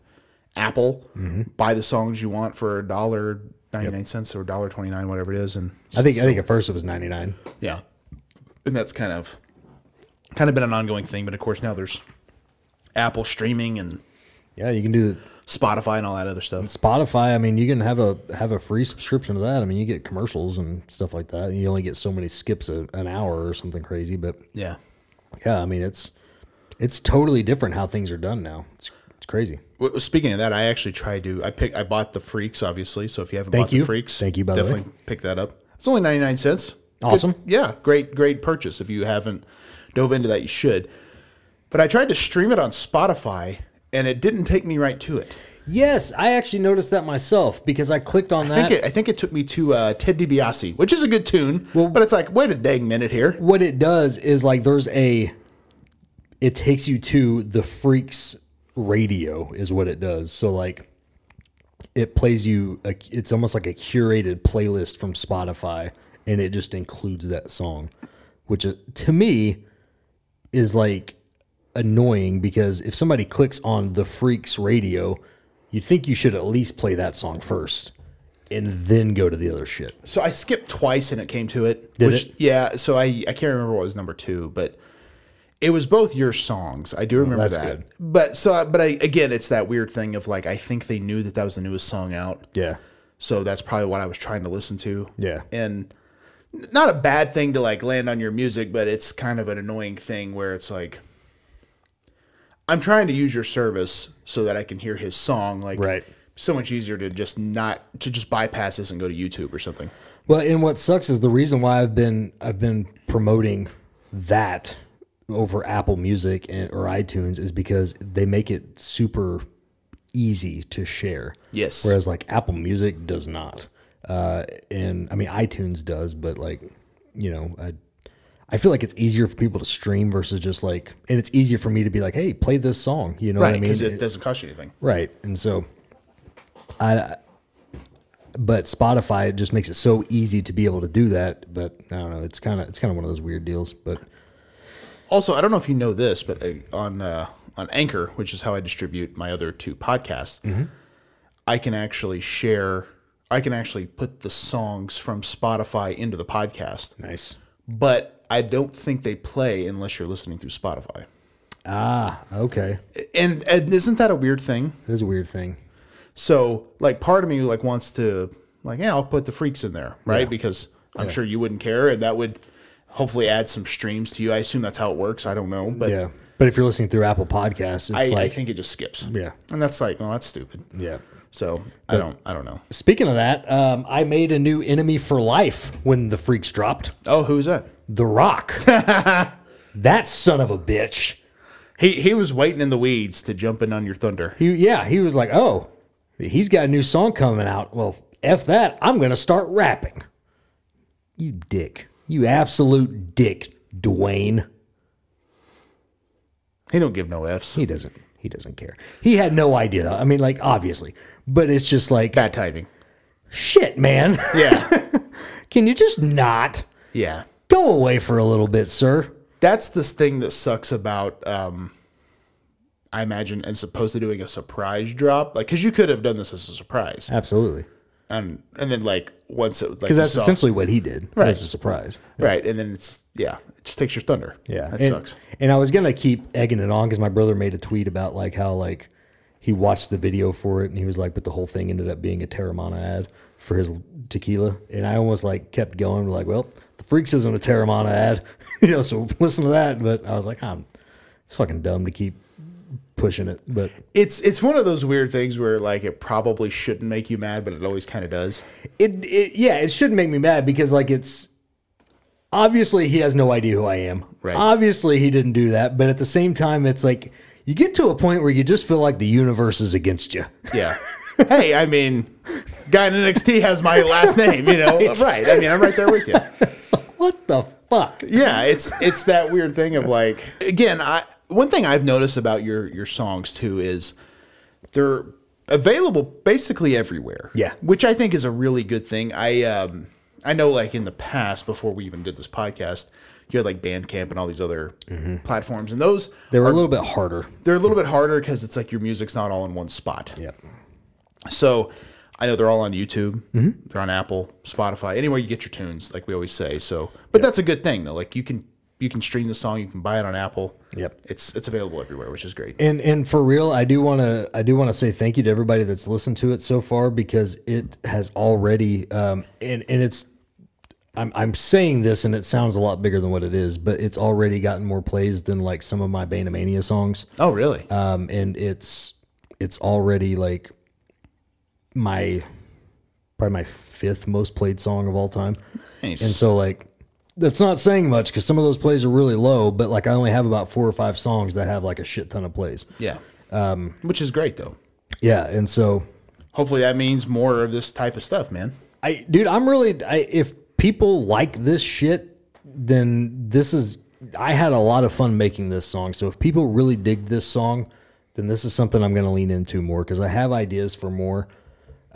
Apple buy the songs you want for a dollar ninety nine cents or dollar twenty nine, whatever it is, and I think I think at first it was ninety nine. yeah, and that's kind of kind of been an ongoing thing, but of course now there's Apple streaming and Yeah, you can do the Spotify and all that other Mm-hmm. stuff. Spotify. I mean, you can have a have a free subscription to that. I mean, you get commercials and stuff like that. And you only get so many skips a, an hour or something crazy. But Yeah, yeah, I mean, it's it's totally different how things are done now. It's it's crazy. Well, well, speaking of that, I actually tried to. I pick. I bought the Freaks, obviously. So if you haven't Thank bought you. the Freaks, Thank you, by the way. definitely pick that up. It's only ninety nine cents. Awesome. yeah, great, great purchase. If you haven't dove into that, you should. But I tried to stream it on Spotify, and it didn't take me right to it. Yes, I actually noticed that myself because I clicked on I that. think it, I think it took me to uh, Ted DiBiase, which is a good tune. but it's like, wait a dang minute here. what it does is like there's a it takes you to the freaks radio is what it does so like it plays you a, it's almost like a curated playlist from spotify and it just includes that song which uh, to me is like annoying because if somebody clicks on the freaks radio you'd think you should at least play that song first and then go to the other shit So I skipped twice, and it came to it. Did it? Yeah. So I I can't remember what was number two, but it was both your songs. I do remember Oh, that's that. good. But so, but I, again, it's that weird thing of like I think they knew that that was the newest song out, yeah so that's probably what I was trying to listen to. Yeah. and n- not a bad thing to like land on your music, but it's kind of an annoying thing where it's like I'm trying to use your service so that I can hear his song. Like, Right. So much easier to just not to just bypass this and go to YouTube or something. Well, and what sucks is the reason why I've been I've been promoting that over Apple Music and, or iTunes is because they make it super easy to share. Yes. Whereas like Apple Music does not, uh, and I mean iTunes does, but like you know I. I feel like it's easier for people to stream versus just like, and it's easier for me to be like, "Hey, play this song." You know what I mean? because it doesn't cost you anything. Right. And so I but Spotify it just makes it so easy to be able to do that, but I don't know, it's kind of it's kind of one of those weird deals, but Also, I don't know if you know this, but uh, on uh, on Anchor, which is how I distribute my other two podcasts, I can actually share. I can actually put the songs from Spotify into the podcast, nice. but I don't think they play unless you're listening through Spotify. Ah, okay. And, and isn't that a weird thing? That is a weird thing. So, like, part of me like wants to like, yeah, I'll put the freaks in there, right? Because I'm sure you wouldn't care, and that would hopefully add some streams to you. I assume that's how it works. I don't know, but yeah. But if you're listening through Apple Podcasts, I, it's like I think it just skips. yeah. and that's like, well, that's stupid. Yeah. So I don't, I don't know. Speaking of that, um, I made a new enemy for life when the freaks dropped. Oh, who's that? The Rock. that son of a bitch. He he was waiting in the weeds to jump in on your thunder. He yeah, he was like, "Oh, he's got a new song coming out. Well, f that. I'm going to start rapping." You dick. You absolute dick, Dwayne. He don't give no f's. He doesn't. He doesn't care. He had no idea. I mean, like obviously, but it's just like Bad timing. shit, man. Yeah. Can you just not yeah. go away for a little bit, sir? That's the thing that sucks about, um, I imagine, as opposed to doing a surprise drop, like because you could have done this as a surprise, Absolutely, and and then like once it was like because you that's saw- essentially what he did. Right, as a surprise. right, and then it's yeah, it just takes your thunder. Yeah, that and, sucks. And I was gonna keep egging it on because my brother made a tweet about like how like he watched the video for it and he was like, but the whole thing ended up being a Terramana ad for his tequila, and I almost like kept going like, well, the freaks isn't a Terramana ad, you know, so listen to that. But I was like, I'm, it's fucking dumb to keep pushing it, but It's it's one of those weird things where like it probably shouldn't make you mad, but it always kind of does. it, it yeah, it should make me mad because like it's obviously he has no idea who I am. Right. Obviously he didn't do that, but at the same time it's like you get to a point where you just feel like the universe is against you. Yeah. hey, I mean, guy in NXT has my last name, you know. Right. I mean, I'm right there with you. It's like what the fuck? Yeah, it's it's that weird thing of like again, I one thing I've noticed about your your songs too is they're available basically everywhere. Yeah. Which I think is a really good thing. I um I know like in the past before we even did this podcast, you had like Bandcamp and all these other platforms and those They were a little bit harder. they're a little bit harder because it's like your music's not all in one spot. Yep. So I know they're all on YouTube, they're on Apple, Spotify, anywhere you get your tunes, like we always say. So, but that's a good thing though. Like you can you can stream the song, you can buy it on Apple. Yep. it's it's available everywhere, which is great. And and for real, I do want to I do want to say thank you to everybody that's listened to it so far because it has already um and and it's I'm I'm saying this and it sounds a lot bigger than what it is, but it's already gotten more plays than like some of my Bandamania songs. Oh, really? um, and it's it's already like my probably my fifth most played song of all time. nice. And so like that's not saying much because some of those plays are really low, but like I only have about four or five songs that have like a shit ton of plays. yeah, which is great though. Yeah, and so Hopefully that means more of this type of stuff, man. I dude, I'm really I, if people like this shit, then this is I had a lot of fun making this song. So if people really dig this song, then this is something I'm going to lean into more cuz I have ideas for more.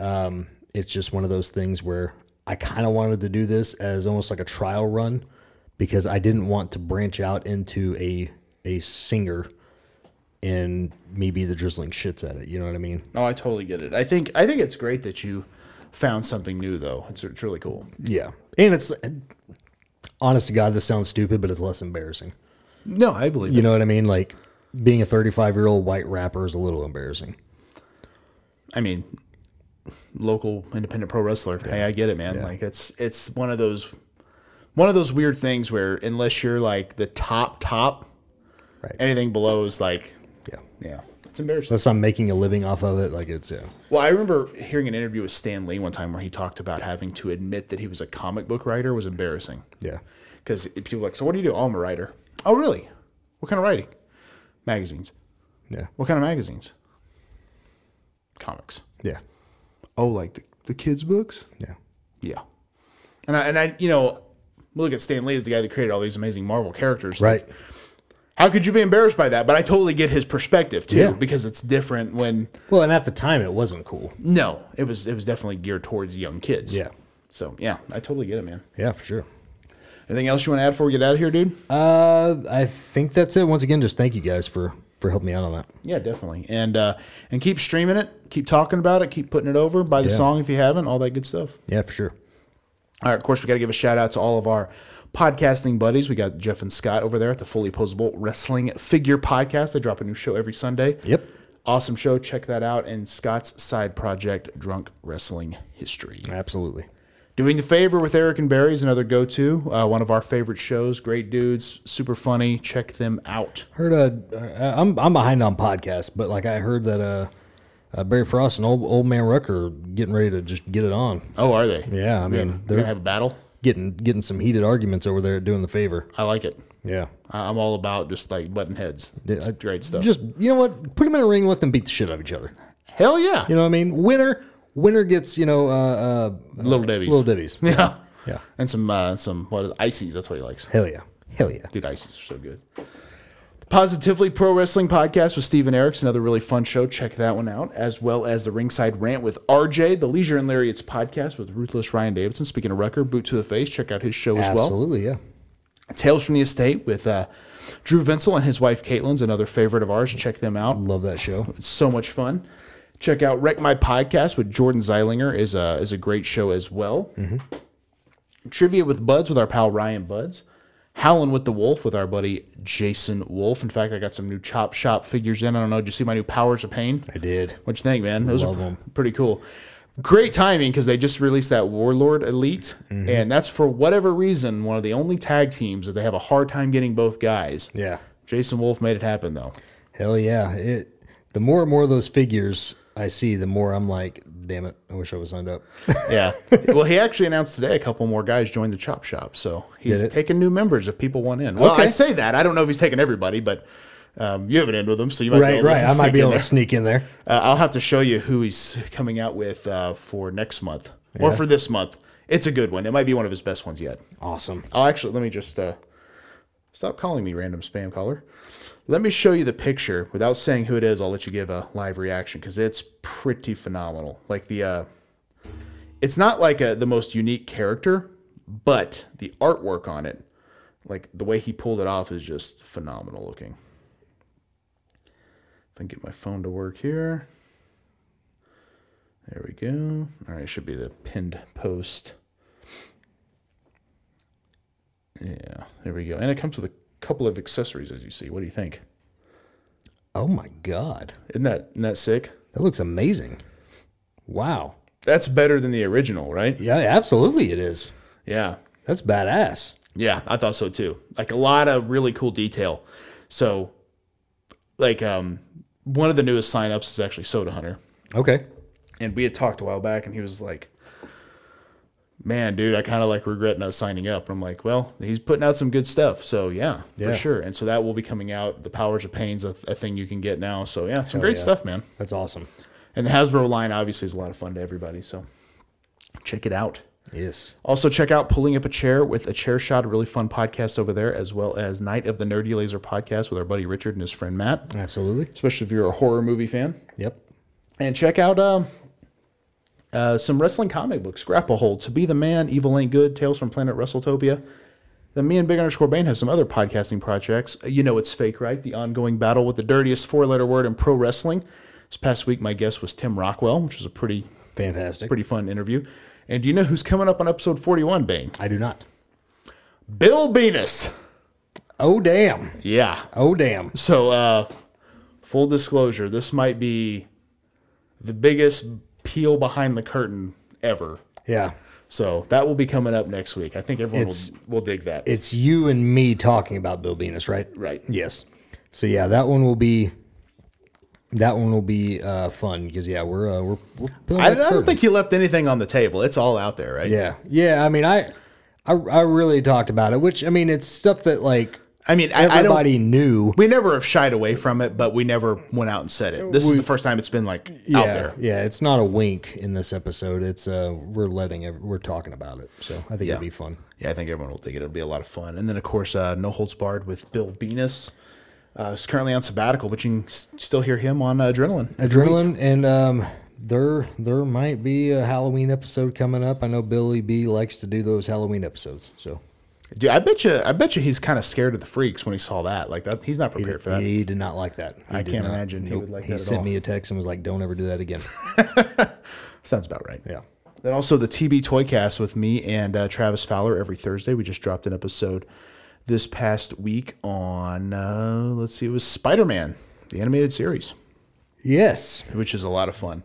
Um it's just one of those things where I kind of wanted to do this as almost like a trial run because I didn't want to branch out into a a singer and me be the drizzling shits at it, you know what I mean? Oh, I totally get it. I think I think it's great that you found something new though. It's, it's really cool. Yeah. And it's honest to God, this sounds stupid, but it's less embarrassing. No, I believe You it. know what I mean? Like being a 35 year old white rapper is a little embarrassing. I mean, local independent pro wrestler. Hey, I get it, man. Like it's it's one of those one of those weird things where unless you're like the top top, Right. anything below is like Yeah. yeah, it's embarrassing. Unless I'm making a living off of it. Like it's, yeah. Well, I remember hearing an interview with Stan Lee one time where he talked about having to admit that he was a comic book writer was embarrassing Yeah. because people were like, so what do you do? Oh, I'm a writer. Oh, really? What kind of writing? Magazines. Yeah. What kind of magazines? Comics. Yeah. Oh, like the, the kids' books? Yeah. Yeah. And I, and I, you know, we look at Stan Lee as the guy that created all these amazing Marvel characters. Right. How could you be embarrassed by that? But I totally get his perspective too, Yeah. because it's different when Well, and at the time it wasn't cool. no, it was it was definitely geared towards young kids. Yeah. So yeah, I totally get it, man. Yeah, for sure. Anything else you want to add before we get out of here, dude? Uh, I think that's it. Once again, just thank you guys for, for helping me out on that. yeah, definitely. And uh and keep streaming it, keep talking about it, keep putting it over, buy the Yeah. song if you haven't, all that good stuff. Yeah, for sure. All right, of course, we got to give a shout out to all of our podcasting buddies. We got Jeff and Scott over there at the Fully Posable Wrestling Figure Podcast. They drop a new show every Sunday. Yep. Awesome show. Check that out. And Scott's side project, Drunk Wrestling History. Absolutely. Doing the favor with Eric and Barry is another go to. Uh, one of our favorite shows. Great dudes, super funny. Check them out. Heard uh, uh, I'm I'm behind on podcasts, but like I heard that uh, uh Barry Frost and old old man Rucker are getting ready to just get it on. Oh, are they? Yeah, They're I gonna- mean they're they're going to have a battle. getting getting some heated arguments over there at doing the favor. I like it. Yeah, I- I'm all about just like button heads. It's great stuff. Just you know what, put them in a ring, let them beat the shit out of each other. Hell yeah. You know what I mean? Winner winner gets you know uh, uh Little Debbie's. little Debbie's. yeah. Yeah, And some, uh, some what is Ices. That's what he likes. hell yeah, hell yeah. Dude, ices are so good. Positively Pro Wrestling Podcast with Steven Eriks, another really fun show. Check that one out, as well as the Ringside Rant with RJ, the Leisure and Lariats podcast with Ruthless Ryan Davidson. Speaking of Rucker, boot to the face. Check out his show as well. Absolutely, yeah. Tales from the Estate with uh, Drew Vinsel and his wife Caitlin's another favorite of ours. Check them out. Love that show. It's so much fun. Check out Wreck My Podcast with Jordan Zeilinger is a is a great show as well. Mm-hmm. Trivia with Buds with our pal Ryan Buds. Howlin' with the Wolf with our buddy Jason Wolf. In fact, I got some new Chop Shop figures in. I don't know. Did you see my new Powers of Pain? I did. What you think, man? Those Love are 'em. pretty cool. Great timing because they just released that Warlord Elite, Mm-hmm. and that's for whatever reason one of the only tag teams that they have a hard time getting both guys. Yeah. Jason Wolf made it happen though. Hell yeah. It the more and more of those figures I see, the more I'm like, damn it, I wish I was signed up. Yeah. well, he actually announced today a couple more guys joined the Chop Shop, so he's Did it? taking new members if people want in. Well, I Okay. say that I don't know if he's taking everybody, but um, you have an end with him, so you might be right, able to right. I might sneak be in able there. to sneak in there. Uh, I'll have to show you who he's coming out with uh, for next month or for this month. It's a good one. It might be one of his best ones yet. Awesome. Oh, actually, let me just uh, stop calling me random spam caller. Let me show you the picture without saying who it is. I'll let you give a live reaction because it's pretty phenomenal. Like the, uh, it's not like a, the most unique character, but the artwork on it, like the way he pulled it off, is just phenomenal looking. If I can get my phone to work here. There we go. All right, should be the pinned post. Yeah, there we go. And it comes with a couple of accessories, as you see. What do you think? Oh my god. Isn't that isn't that sick? That looks amazing. Wow. That's better than the original, right? Yeah, absolutely it is. Yeah, That's badass. yeah, I thought so too. Like a lot of really cool detail. So, like, um, one of the newest signups is actually Soda Hunter, Okay. and we had talked a while back, and he was like. Man, dude, I kind of like regret not signing up. And I'm like, well, he's putting out some good stuff, so yeah, Yeah. for sure. And so that will be coming out. The Powers of Pain's a, a thing you can get now. So yeah, some great stuff, man. That's awesome. And the Hasbro line obviously is a lot of fun to everybody, so check it out. Yes. Also, check out Pulling Up a Chair with a Chair Shot, a really fun podcast over there, as well as Night of the Nerdy Laser podcast with our buddy Richard and his friend Matt, Absolutely. especially if you're a horror movie fan. Yep. And check out um, uh, some wrestling comic books Grapple Hold, To Be the Man, Evil Ain't Good, Tales from Planet WrestleTopia. Then me and Big Underscore Bane have some other podcasting projects. Uh, You know it's fake, right? The ongoing battle with the dirtiest four letter word in pro wrestling. This past week, my guest was Tim Rockwell, which was a pretty Fantastic. pretty fun interview. And do you know who's coming up on episode 41, Bane? I do not. Bill Venus. Oh damn. Yeah. Oh damn. So, uh, full disclosure, this might be the biggest peel behind the curtain ever. Yeah. So that will be coming up next week. I think everyone It's- will, will dig that. It's you and me talking about Bill Venus, right? right. Yes. So yeah, that one will be that one will be uh, fun because yeah, we're uh, we're, we're building I, I that curtain. don't think he left anything on the table. It's all out there, right? yeah yeah. I mean I, I I really talked about it, which I mean it's stuff that like I mean, I, I don't. everybody knew. We never have shied away from it, but we never went out and said it. This is the first time it's been like Yeah, out there. yeah. It's not a wink in this episode. It's uh we're letting ev- we're talking about it. So I think Yeah. it'd be fun. yeah, I think everyone will think it'll be a lot of fun. And then, of course, uh, No Holds Barred with Bill Venus. Uh, he's currently on sabbatical, but you can s- still hear him on uh, Adrenaline. Adrenaline and um there there might be a Halloween episode coming up. I know Billy B likes to do those Halloween episodes. So Dude, I bet you, I bet you, he's kind of scared of the freaks when he saw that. Like that, he's not prepared for that. He did not like that. He I did can't not. imagine he would like He that at sent all. me a text and was like, "Don't ever do that again." Sounds about right. yeah. Then also the TB Toycast with me and uh, Travis Fowler every Thursday. We just dropped an episode this past week on, uh, let's see, it was Spider Man, the animated series. Yes. which is a lot of fun.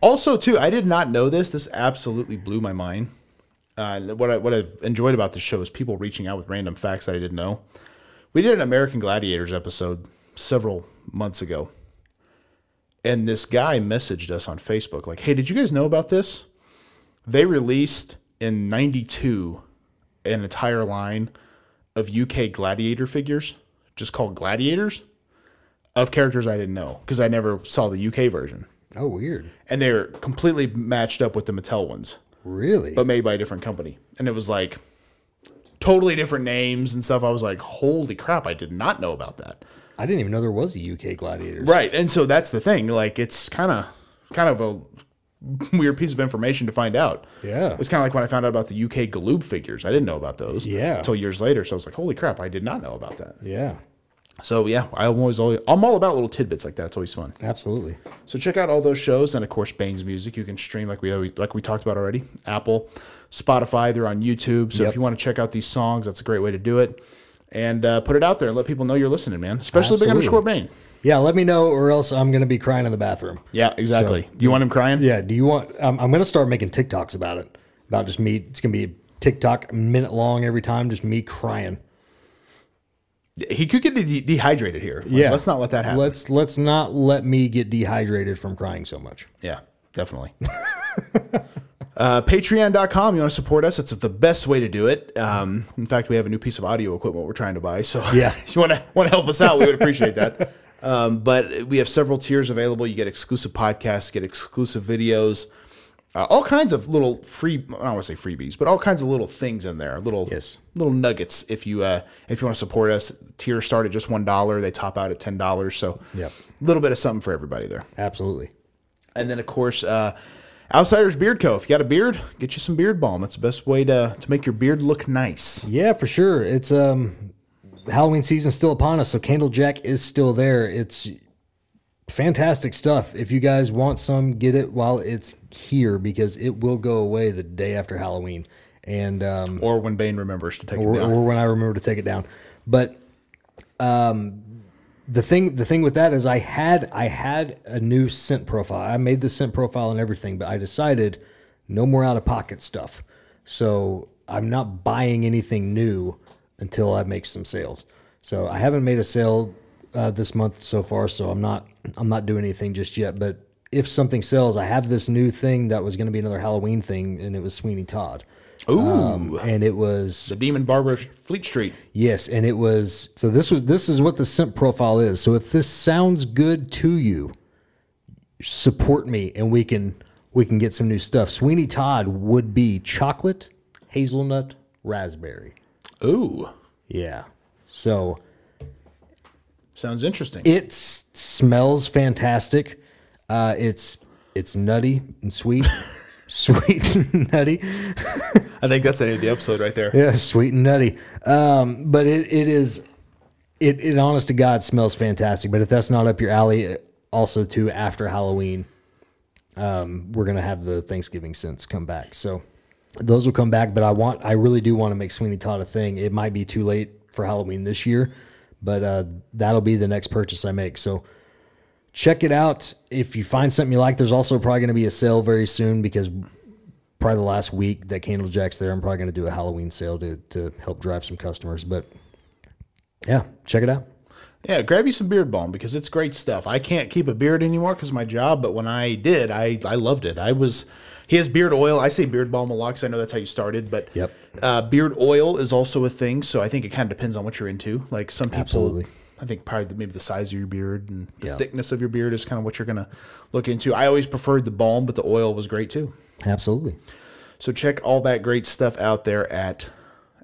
Also, too, I did not know this. This absolutely blew my mind. Uh, and what I, what I've enjoyed about this show is people reaching out with random facts that I didn't know. We did an American Gladiators episode several months ago, and this guy messaged us on Facebook like, "Hey, did you guys know about this? They released in '92 an entire line of UK gladiator figures, just called gladiators, of characters I didn't know because I never saw the UK version." Oh, weird. and they're completely matched up with the Mattel ones, Really? but made by a different company. And it was like totally different names and stuff. I was like, holy crap, I did not know about that. I didn't even know there was a UK Gladiators. Right. And so that's the thing. Like it's kind of kind of a weird piece of information to find out. Yeah. It's kind of like when I found out about the UK Galoob figures. I didn't know about those. Yeah. Until years later. So I was like, holy crap, I did not know about that. Yeah. So yeah, I'm always all I'm all about little tidbits like that. It's always fun. Absolutely. So check out all those shows and of course Bane's music. You can stream like we always, like we talked about already. Apple, Spotify, they're on YouTube. So if Yep. you want to check out these songs, that's a great way to do it. And uh, put it out there and let people know you're listening, man. Especially big Absolutely. underscore Bane. Yeah. Let me know, or else I'm gonna be crying in the bathroom. Yeah, exactly. Do you want him crying? Yeah. Do you want? Um, I'm gonna start making TikToks about it. About just me. It's gonna be TikTok a minute long every time. Just me crying. he could get de- dehydrated here. Like, Yeah. let's not let that happen. Let's let's not let me get dehydrated from crying so much. yeah, definitely. uh, Patreon.com. You want to support us? That's the best way to do it. Um, in fact, we have a new piece of audio equipment we're trying to buy. So Yeah. if you want to want to help us out, we would appreciate that. Um, but we have several tiers available. You get exclusive podcasts, get exclusive videos. Uh, all kinds of little free, I don't want to say freebies, but all kinds of little things in there, little Yes. little nuggets. If you uh, if you want to support us, tiers start at just one dollar. They top out at ten dollars. So Yep. a little bit of something for everybody there. Absolutely. And then, of course, uh, Outsiders Beard Co. If you got a beard, get you some beard balm. That's the best way to, to make your beard look nice. Yeah, for sure. It's um Halloween season's still upon us, so Candlejack is still there. It's fantastic stuff. If you guys want some, get it while it's here because it will go away the day after Halloween. And um Or when Bane remembers to take it or, down. or when I remember to take it down. But um, the thing the thing with that is I had I had a new scent profile. I made the scent profile and everything, but I decided no more out of pocket stuff. So I'm not buying anything new until I make some sales. So I haven't made a sale uh, this month so far, so I'm not I'm not doing anything just yet. But if something sells, I have this new thing that was going to be another Halloween thing, and it was Sweeney Todd. Ooh. Um, and it was the Demon Barber of Fleet Street. Yes, and it was so this was this is what the simp profile is. So if this sounds good to you, support me and we can we can get some new stuff. Sweeney Todd would be chocolate, hazelnut, raspberry. Ooh. Yeah. So Sounds interesting. it s- smells fantastic. Uh, it's it's nutty and sweet. sweet and nutty. I think that's the end of the episode right there. Yeah, sweet and nutty. Um, but it, it is, it, it honest to God smells fantastic. But if that's not up your alley, eh, also too after Halloween, um, we're gonna have the Thanksgiving scents come back. So those will come back. But I want, I really do want to make Sweeney Todd a thing. It might be too late for Halloween this year, but uh, that'll be the next purchase I make. So check it out. If you find something you like, there's also probably going to be a sale very soon because probably the last week that Candlejack's there, I'm probably going to do a Halloween sale to, to help drive some customers. But yeah, check it out. Yeah, grab you some beard balm because it's great stuff. I can't keep a beard anymore because my job, but when I did, I, I loved it. I was he has beard oil. I say beard balm a lot because I know that's how you started, but Yep. uh, beard oil is also a thing. So I think it kind of depends on what you're into. Like some people, Absolutely. I think probably the, maybe the size of your beard and the Yeah. thickness of your beard is kind of what you're gonna look into. I always preferred the balm, but the oil was great too. Absolutely. So check all that great stuff out there at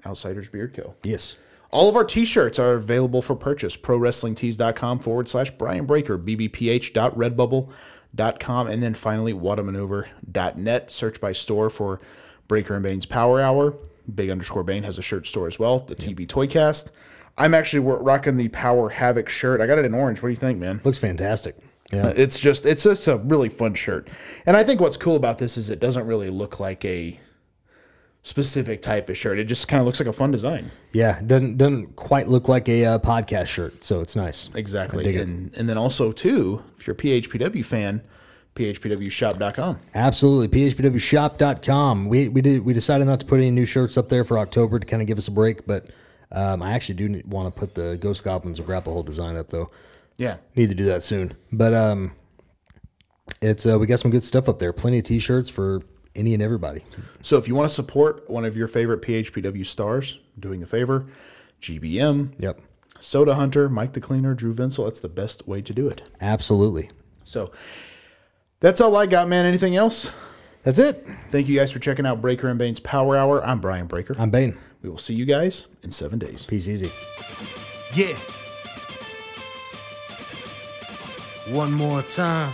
Outsiders Beard Co. Yes. All of our t-shirts are available for purchase. ProWrestlingTees.com forward slash Brian Breaker, bbph.redbubble.com, and then finally whatamaneuver.net. Search by store for Breaker and Bane's Power Hour. Big underscore Bane has a shirt store as well, the TB Toycast. I'm actually wo- rocking the Power Havoc shirt. I got it in orange. What do you think, man? Looks fantastic. Yeah. It's just it's just a really fun shirt. And I think what's cool about this is it doesn't really look like a specific type of shirt. It just kind of looks like a fun design. Yeah. Doesn't, doesn't quite look like a uh, podcast shirt. So it's nice. Exactly. And and then also too, if you're a PHPW fan, phpwshop.com. Absolutely. PHPWshop.com. We, we did, we decided not to put any new shirts up there for October to kind of give us a break, but um, I actually do want to put the Ghost Goblins of Grapple Hole design up though. Yeah. need to do that soon. But um, it's uh, we got some good stuff up there. Plenty of t-shirts for any and everybody. So if you want to support one of your favorite PHPW stars, doing a favor, GBM, Yep, Soda Hunter, Mike the Cleaner, Drew Vinsel, that's the best way to do it. absolutely. So that's all I got, man. Anything else? That's it. Thank you guys for checking out Breaker and Bane's Power Hour. I'm Brian Breaker. I'm Bane. we will see you guys in seven days. Peace easy. Yeah. one more time.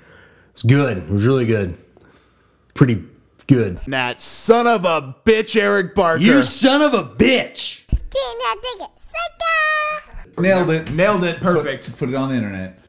It's good. It was really good. Pretty good. That son of a bitch, Eric Barker. You son of a bitch. King, I dig it. Sucker! Nailed it. nailed it. Perfect. Put it on the internet.